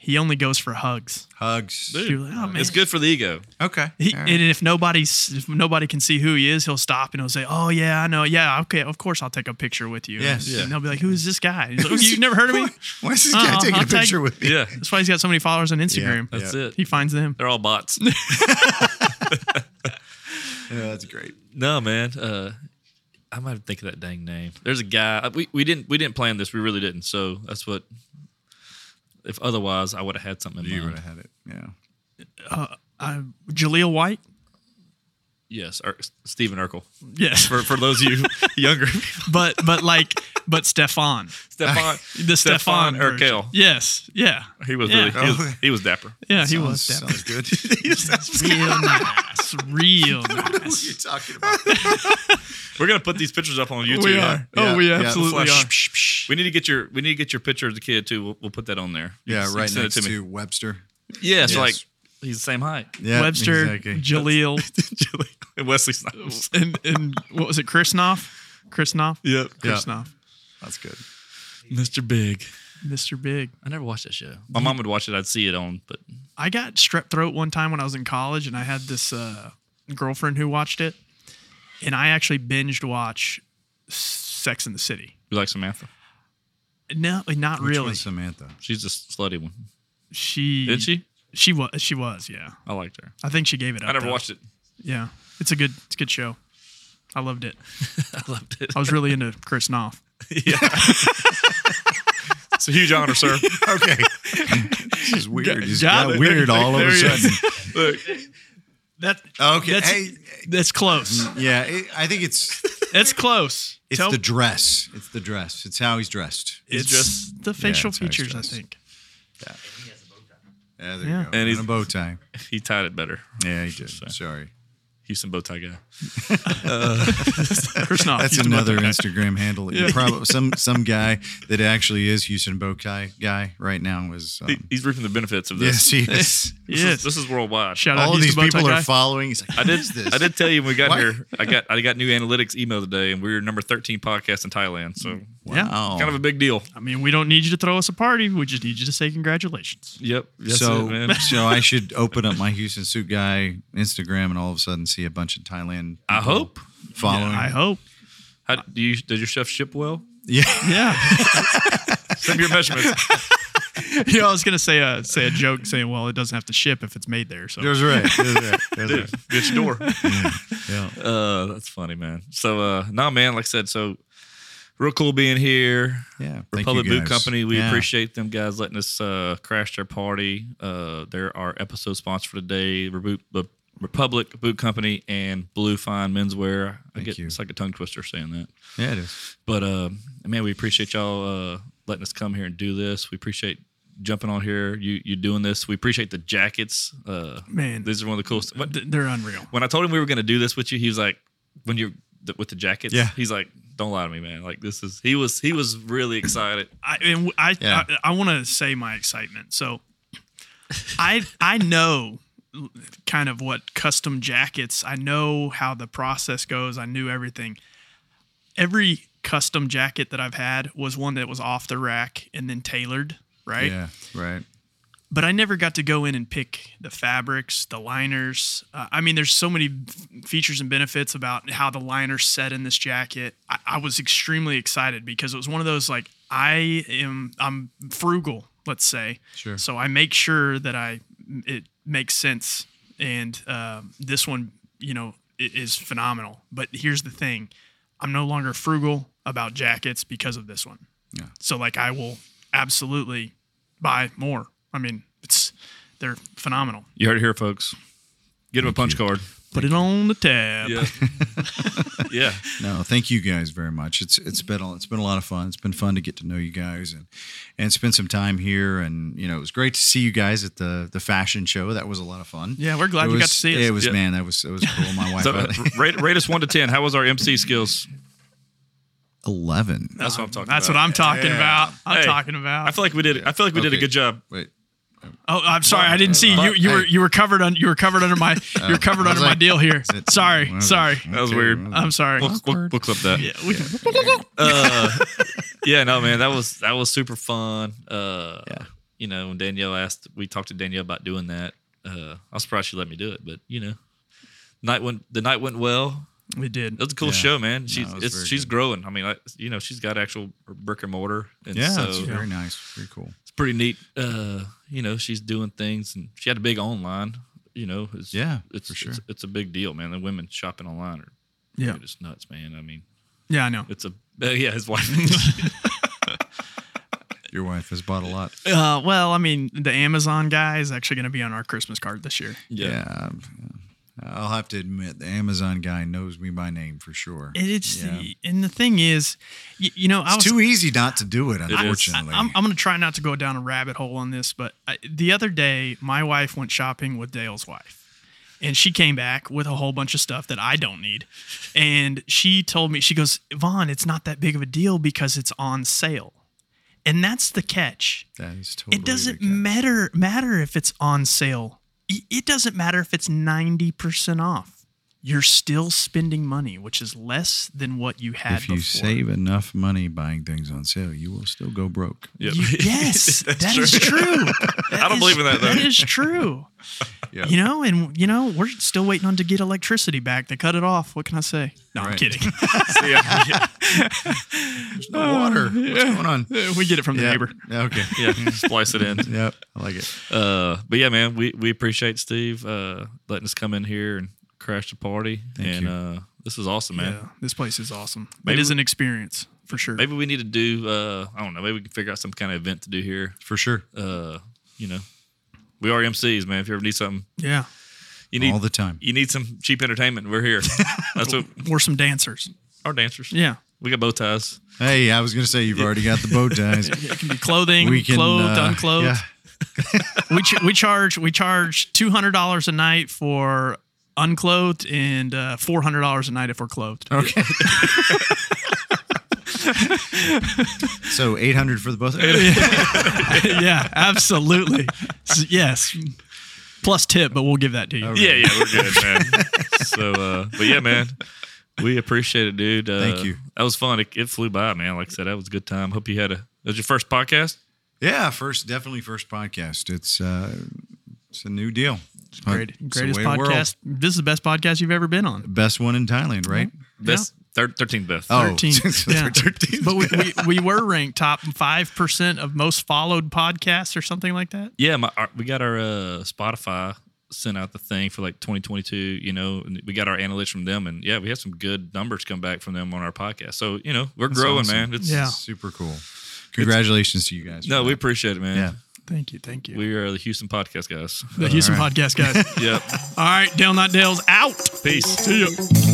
S3: He only goes for hugs.
S4: Hugs.
S2: Dude,
S3: You're like, oh, man.
S2: it's good for the ego.
S4: Okay.
S3: He,
S4: All
S3: and
S4: right.
S3: if nobody's if nobody can see who he is, he'll stop and he'll say, "Oh yeah, I know. Yeah, okay, of course I'll take a picture with you."
S4: Yes.
S3: And
S2: Yeah.
S3: they'll be like, "Who is this guy?" He's like, You've never heard of me?
S4: Why is this guy
S3: Uh,
S4: taking
S3: I'll
S4: a
S3: take-
S4: picture with me?
S2: Yeah,
S3: That's why he's got so many followers on Instagram.
S4: Yeah.
S2: that's it.
S3: He finds them.
S2: They're all bots.
S4: Yeah, that's great.
S2: no, man. Uh, I might think of that dang name. There's a guy. We, we didn't we didn't plan this. We really didn't. So that's what. If otherwise, I would have had something in
S4: You would
S2: mind.
S4: have had it. Yeah.
S3: Uh, Jaleel White.
S2: Yes, Ur- Stephen Urkel.
S3: Yes.
S2: For for those of you younger,
S3: but but like but Stefan.
S2: Stefan
S3: The
S2: Stefan
S3: Stefan version.
S2: Urkel.
S3: Yes. Yeah.
S2: He was
S3: Yeah.
S2: really he was,
S4: Oh.
S2: he was dapper.
S3: Yeah, he
S4: sounds,
S3: was Stefan.
S4: Sounds good. He just sounds
S3: Real nice. Real nice.
S4: you're talking about.
S2: We're gonna put these pictures up on YouTube.
S3: We
S2: huh?
S3: are. Oh, we absolutely
S2: Flush.
S3: are.
S4: Psh, psh.
S2: We need to get your we need to get your picture of the kid too. We'll, we'll put that on there. You
S4: Yeah,
S2: can
S4: right
S2: send
S4: next
S2: it
S4: to,
S2: to, me.
S4: Webster.
S2: Yeah, it's
S4: Yes.
S2: like he's the same height.
S4: Yeah,
S3: Webster,
S4: exactly.
S3: Jaleel,
S2: and Wesley Snipes.
S3: and and what was it? Krisnoff? Krisnoff?
S2: Yep.
S4: Yeah.
S3: Krisnoff.
S4: That's good.
S2: Mr. Big.
S3: Mr. Big.
S2: I never watched that show. My mom would watch it. I'd see it on, but
S3: I got strep throat one time when I was in college, and I had this uh, girlfriend who watched it, and I actually binged watch Sex in the City.
S2: you like Samantha?
S3: No, not
S4: Which
S3: really.
S4: one's Samantha.
S2: She's a slutty one.
S3: She
S2: Did she?
S3: She was. She was. Yeah.
S2: I liked her.
S3: I think she gave it up.
S2: I never
S3: though.
S2: watched it.
S3: Yeah, it's a good. It's a good show. I loved it.
S2: I loved it.
S3: I was really into Chris Knopf.
S2: It's a huge honor, sir.
S4: Okay. this is weird. He's
S3: got
S4: got
S3: it.
S4: weird all of
S3: There
S4: a
S3: he is.
S4: sudden.
S2: Look,
S3: That
S4: Okay.
S3: That's-
S4: hey,
S3: that's close.
S4: yeah, it, I think it's
S3: It's close.
S4: it's the dress. It's the dress. It's how he's dressed.
S2: he's
S3: it's
S2: just
S3: the facial
S4: it's how he's
S3: features. I
S4: dressed.
S3: think.
S1: And he has a bow tie.
S4: Yeah, there
S3: Yeah.
S4: you go.
S2: And
S4: And
S2: he's-
S4: a bow tie.
S2: he tied it better.
S4: Yeah, he did.
S2: So-
S4: Sorry.
S2: Houston bow tie guy.
S3: Chris Knopf. he's
S4: That's
S3: the
S4: another
S3: mother-
S4: Instagram handle. that You probably some some guy that actually is Houston Bokai guy right now is.
S2: He-
S4: Um,
S2: he's reaping the benefits of this.
S4: yes, he is.
S2: This,
S3: Yes.
S2: is, this is worldwide.
S3: Shout out.
S4: All of
S3: he's
S4: these
S3: the bow tie
S4: people
S3: guy.
S4: are following. He's like,
S2: I did.
S4: "Who's this?
S2: I did tell you when we got
S4: Why-
S2: here. I got I got new analytics email today, and we were number thirteen podcast in Thailand. So
S3: Yeah.
S2: Kind of a big deal.
S3: I mean, we don't need you to throw us a party. We just need you to say congratulations.
S2: Yep. That's it,
S4: so,
S2: man.
S4: so I should open up my Houston suit guy Instagram and all of a sudden see a bunch of Thailand.
S2: I
S4: people
S2: hope.
S4: following.
S3: I hope.
S2: How, do you, does your chef ship well?
S4: Yeah,
S3: Yeah.
S2: Send me your measurements.
S3: you know, I was gonna say a say a joke saying, well, it doesn't have to ship if it's made there. So
S4: that's right. That's right. That's right.
S2: Bitch door.
S4: Yeah.
S2: Uh, that's funny, man. So, uh, nah, man. Like I said, so real cool being here.
S4: Yeah, thank you
S2: Republic Boot
S4: guys.
S2: Company. We
S4: Yeah.
S2: appreciate them guys letting us uh, crash their party. Uh, they're our episode sponsor for today. Reboot the Republic Boot Company and Blue Fine Menswear. I
S4: Thank
S2: get
S4: you.
S2: it's like a tongue twister saying that,
S4: Yeah, it is.
S2: but uh, man, we appreciate y'all uh, letting us come here and do this. We appreciate jumping on here. You you doing this? We appreciate the jackets. Uh,
S3: man,
S2: these are one of the coolest. What,
S3: th- they're unreal.
S2: when I told him we were going to do this with you, he was like, when you're th- with the jackets,
S4: Yeah.
S2: he's like, don't lie to me, man. Like this is, he was, he was really excited.
S3: I and w- I
S4: Yeah.
S3: I, I want to say my excitement. So I I know kind of what custom jackets. I know how the process goes. I knew everything. Every custom jacket that I've had was one that was off the rack and then tailored, right?
S4: Yeah, right.
S3: but I never got to go in and pick the fabrics, the liners. Uh, I mean, there's so many f- features and benefits about how the liners set in this jacket. I, I was extremely excited because it was one of those like I am I'm frugal, let's say.
S4: Sure.
S3: So I make sure that I it makes sense, and um this one, you know, i- is phenomenal. But here's the thing, I'm no longer frugal about jackets because of this one.
S4: Yeah.
S3: So like I will absolutely buy more. I mean, it's they're phenomenal.
S2: You heard it here, folks. Get him a punch card.
S3: Put it on the tab.
S2: Yeah. yeah.
S4: No, thank you guys very much. It's it's been a, it's been a lot of fun. It's been fun to get to know you guys and and spend some time here. And you know, it was great to see you guys at the the fashion show. That was a lot of fun.
S3: Yeah, we're glad
S4: it
S3: we
S4: was,
S3: got to see us.
S4: It was
S2: Yeah.
S4: man, that was it was cool. My wife
S2: So uh, rate, rate us one to 10. How was our MC skills?
S4: eleven.
S2: Um, That's what I'm talking
S3: That's
S2: about.
S3: what I'm talking
S4: Yeah.
S3: about. I'm
S2: Hey,
S3: talking about.
S2: I feel like we did. I feel like we did a
S4: Okay.
S2: good job.
S4: Wait,
S3: oh, I'm sorry. I didn't see you.
S4: But-
S3: You were
S4: hey.
S3: you were covered on. You were covered under my. You're covered
S4: I was
S3: under my
S4: like-
S3: deal here.
S4: is it-
S3: Sorry.
S4: well,
S3: Sorry.
S2: That was weird.
S4: well,
S3: I'm sorry.
S2: We'll, we'll, we'll clip that.
S3: Yeah. we-
S2: Uh, yeah, no, man, that was that was super fun. Uh,
S4: Yeah.
S2: you know, when Danielle asked, we talked to Danielle about doing that. Uh, I was surprised she let me do it, but you know, night went the night went well.
S3: We did.
S2: It was a cool
S4: Yeah.
S2: show, man. She's
S4: it was
S2: it's,
S4: very
S2: she's
S4: good.
S2: growing. I mean, I, you know, she's got actual brick and mortar, and
S4: Yeah,
S2: so
S4: it's very nice. Very cool.
S2: it's pretty neat. Uh, you know, she's doing things, and she had a big online. You know, it's,
S4: Yeah,
S2: it's,
S4: for sure.
S2: it's it's a big deal, man. The women shopping online are
S3: Yeah.
S2: they're just nuts, man. I mean,
S3: Yeah. I know.
S2: it's a uh, yeah, his wife.
S4: Your wife has bought a lot.
S3: Uh, well, I mean, the Amazon guy is actually going to be on our Christmas card this year.
S4: Yeah. um, I'll have to admit the Amazon guy knows me by name for sure.
S3: And It's
S4: Yeah.
S3: and the thing is, you, you know, I was
S4: It's too easy not to do it,
S2: is.
S4: unfortunately.
S3: I, am I'm going to try not to go down a rabbit hole on this, but I, the other day, my wife went shopping with Dale's wife. And she came back with a whole bunch of stuff that I don't need. And she told me, she goes, Vaughn, it's not that big of a deal because it's on sale. And that's the catch.
S4: that is totally.
S3: It doesn't
S4: the case.
S3: matter matter if it's on sale. I- It doesn't matter if it's 90% off. You're still spending money, which is less than what you had
S4: if you
S3: before.
S4: save enough money buying things on sale, you will still go broke.
S2: Yep.
S3: You- yes, that's true. I
S2: don't believe in that, though.
S3: That is true.
S4: Yeah.
S3: You know, and you know, we're still waiting on to get electricity back. They cut it off. What can I say? No, I'm
S4: Right.
S3: kidding.
S2: yeah. yeah.
S4: There's no water. What's going on?
S3: we get it from the neighbor.
S4: Okay.
S2: yeah, splice it in.
S4: Yep. I like it.
S2: Uh, but yeah, man, we, we appreciate Steve uh, letting us come in here and crash the party.
S4: Thank
S2: and
S4: you.
S2: Uh, this is awesome, man.
S3: Yeah, this place is awesome.
S2: Maybe-
S3: it is an experience for sure.
S2: Maybe we need to do uh, I don't know, maybe we can figure out some kind of event to do here.
S4: For sure.
S2: Uh, you know. We are MCs, man. If you ever need something,
S3: Yeah,
S2: you need
S4: All the time.
S2: you need some cheap entertainment. We're here. That's what
S3: we're some dancers.
S2: our dancers.
S3: Yeah,
S2: We got bow ties.
S4: Hey, I was going to say you've already got the bow ties.
S3: it can be clothing,
S4: We can
S3: clothed,
S4: uh,
S3: unclothed.
S4: Yeah.
S3: we ch- we charge we charge two hundred dollars a night for unclothed and uh, four hundred dollars a night if we're clothed.
S4: Okay. so 800 for the both.
S3: yeah, absolutely. S- yes, plus tip, but we'll give that to you.
S2: Yeah, yeah, we're good, man. so, uh, but yeah, man, we appreciate it, dude. Uh,
S4: Thank you.
S2: That was fun. It, it flew by, man. Like I said, that was a good time. Hope you had a. That was your first podcast.
S4: Yeah, first definitely first podcast. It's uh, it's a new deal. It's
S3: Great,
S4: the
S3: greatest
S4: way of the world.
S3: podcast. This is the best podcast you've ever been on.
S4: Best one in Thailand, right?
S2: Best thir- 13th best.
S4: Oh,
S3: 13th, yeah.
S4: 13th.
S3: But we, we, we were ranked top five percent of most followed podcasts or something like that.
S2: Yeah, my, our, we got our uh, Spotify sent out the thing for like 2022. You know, and we got our analytics from them, and yeah, we had some good numbers come back from them on our podcast. So you know, we're
S4: That's
S2: growing,
S4: awesome.
S2: man. It's,
S3: Yeah.
S4: super cool. Congratulations to you guys.
S2: No,
S4: for
S2: we
S4: that.
S2: appreciate it, man.
S4: Yeah.
S3: Thank you, thank you.
S2: We are the Houston podcast guys.
S3: the Houston
S4: right.
S3: podcast guys.
S2: yep.
S3: All right, Dale Not Dale's out.
S2: Peace.
S3: See ya.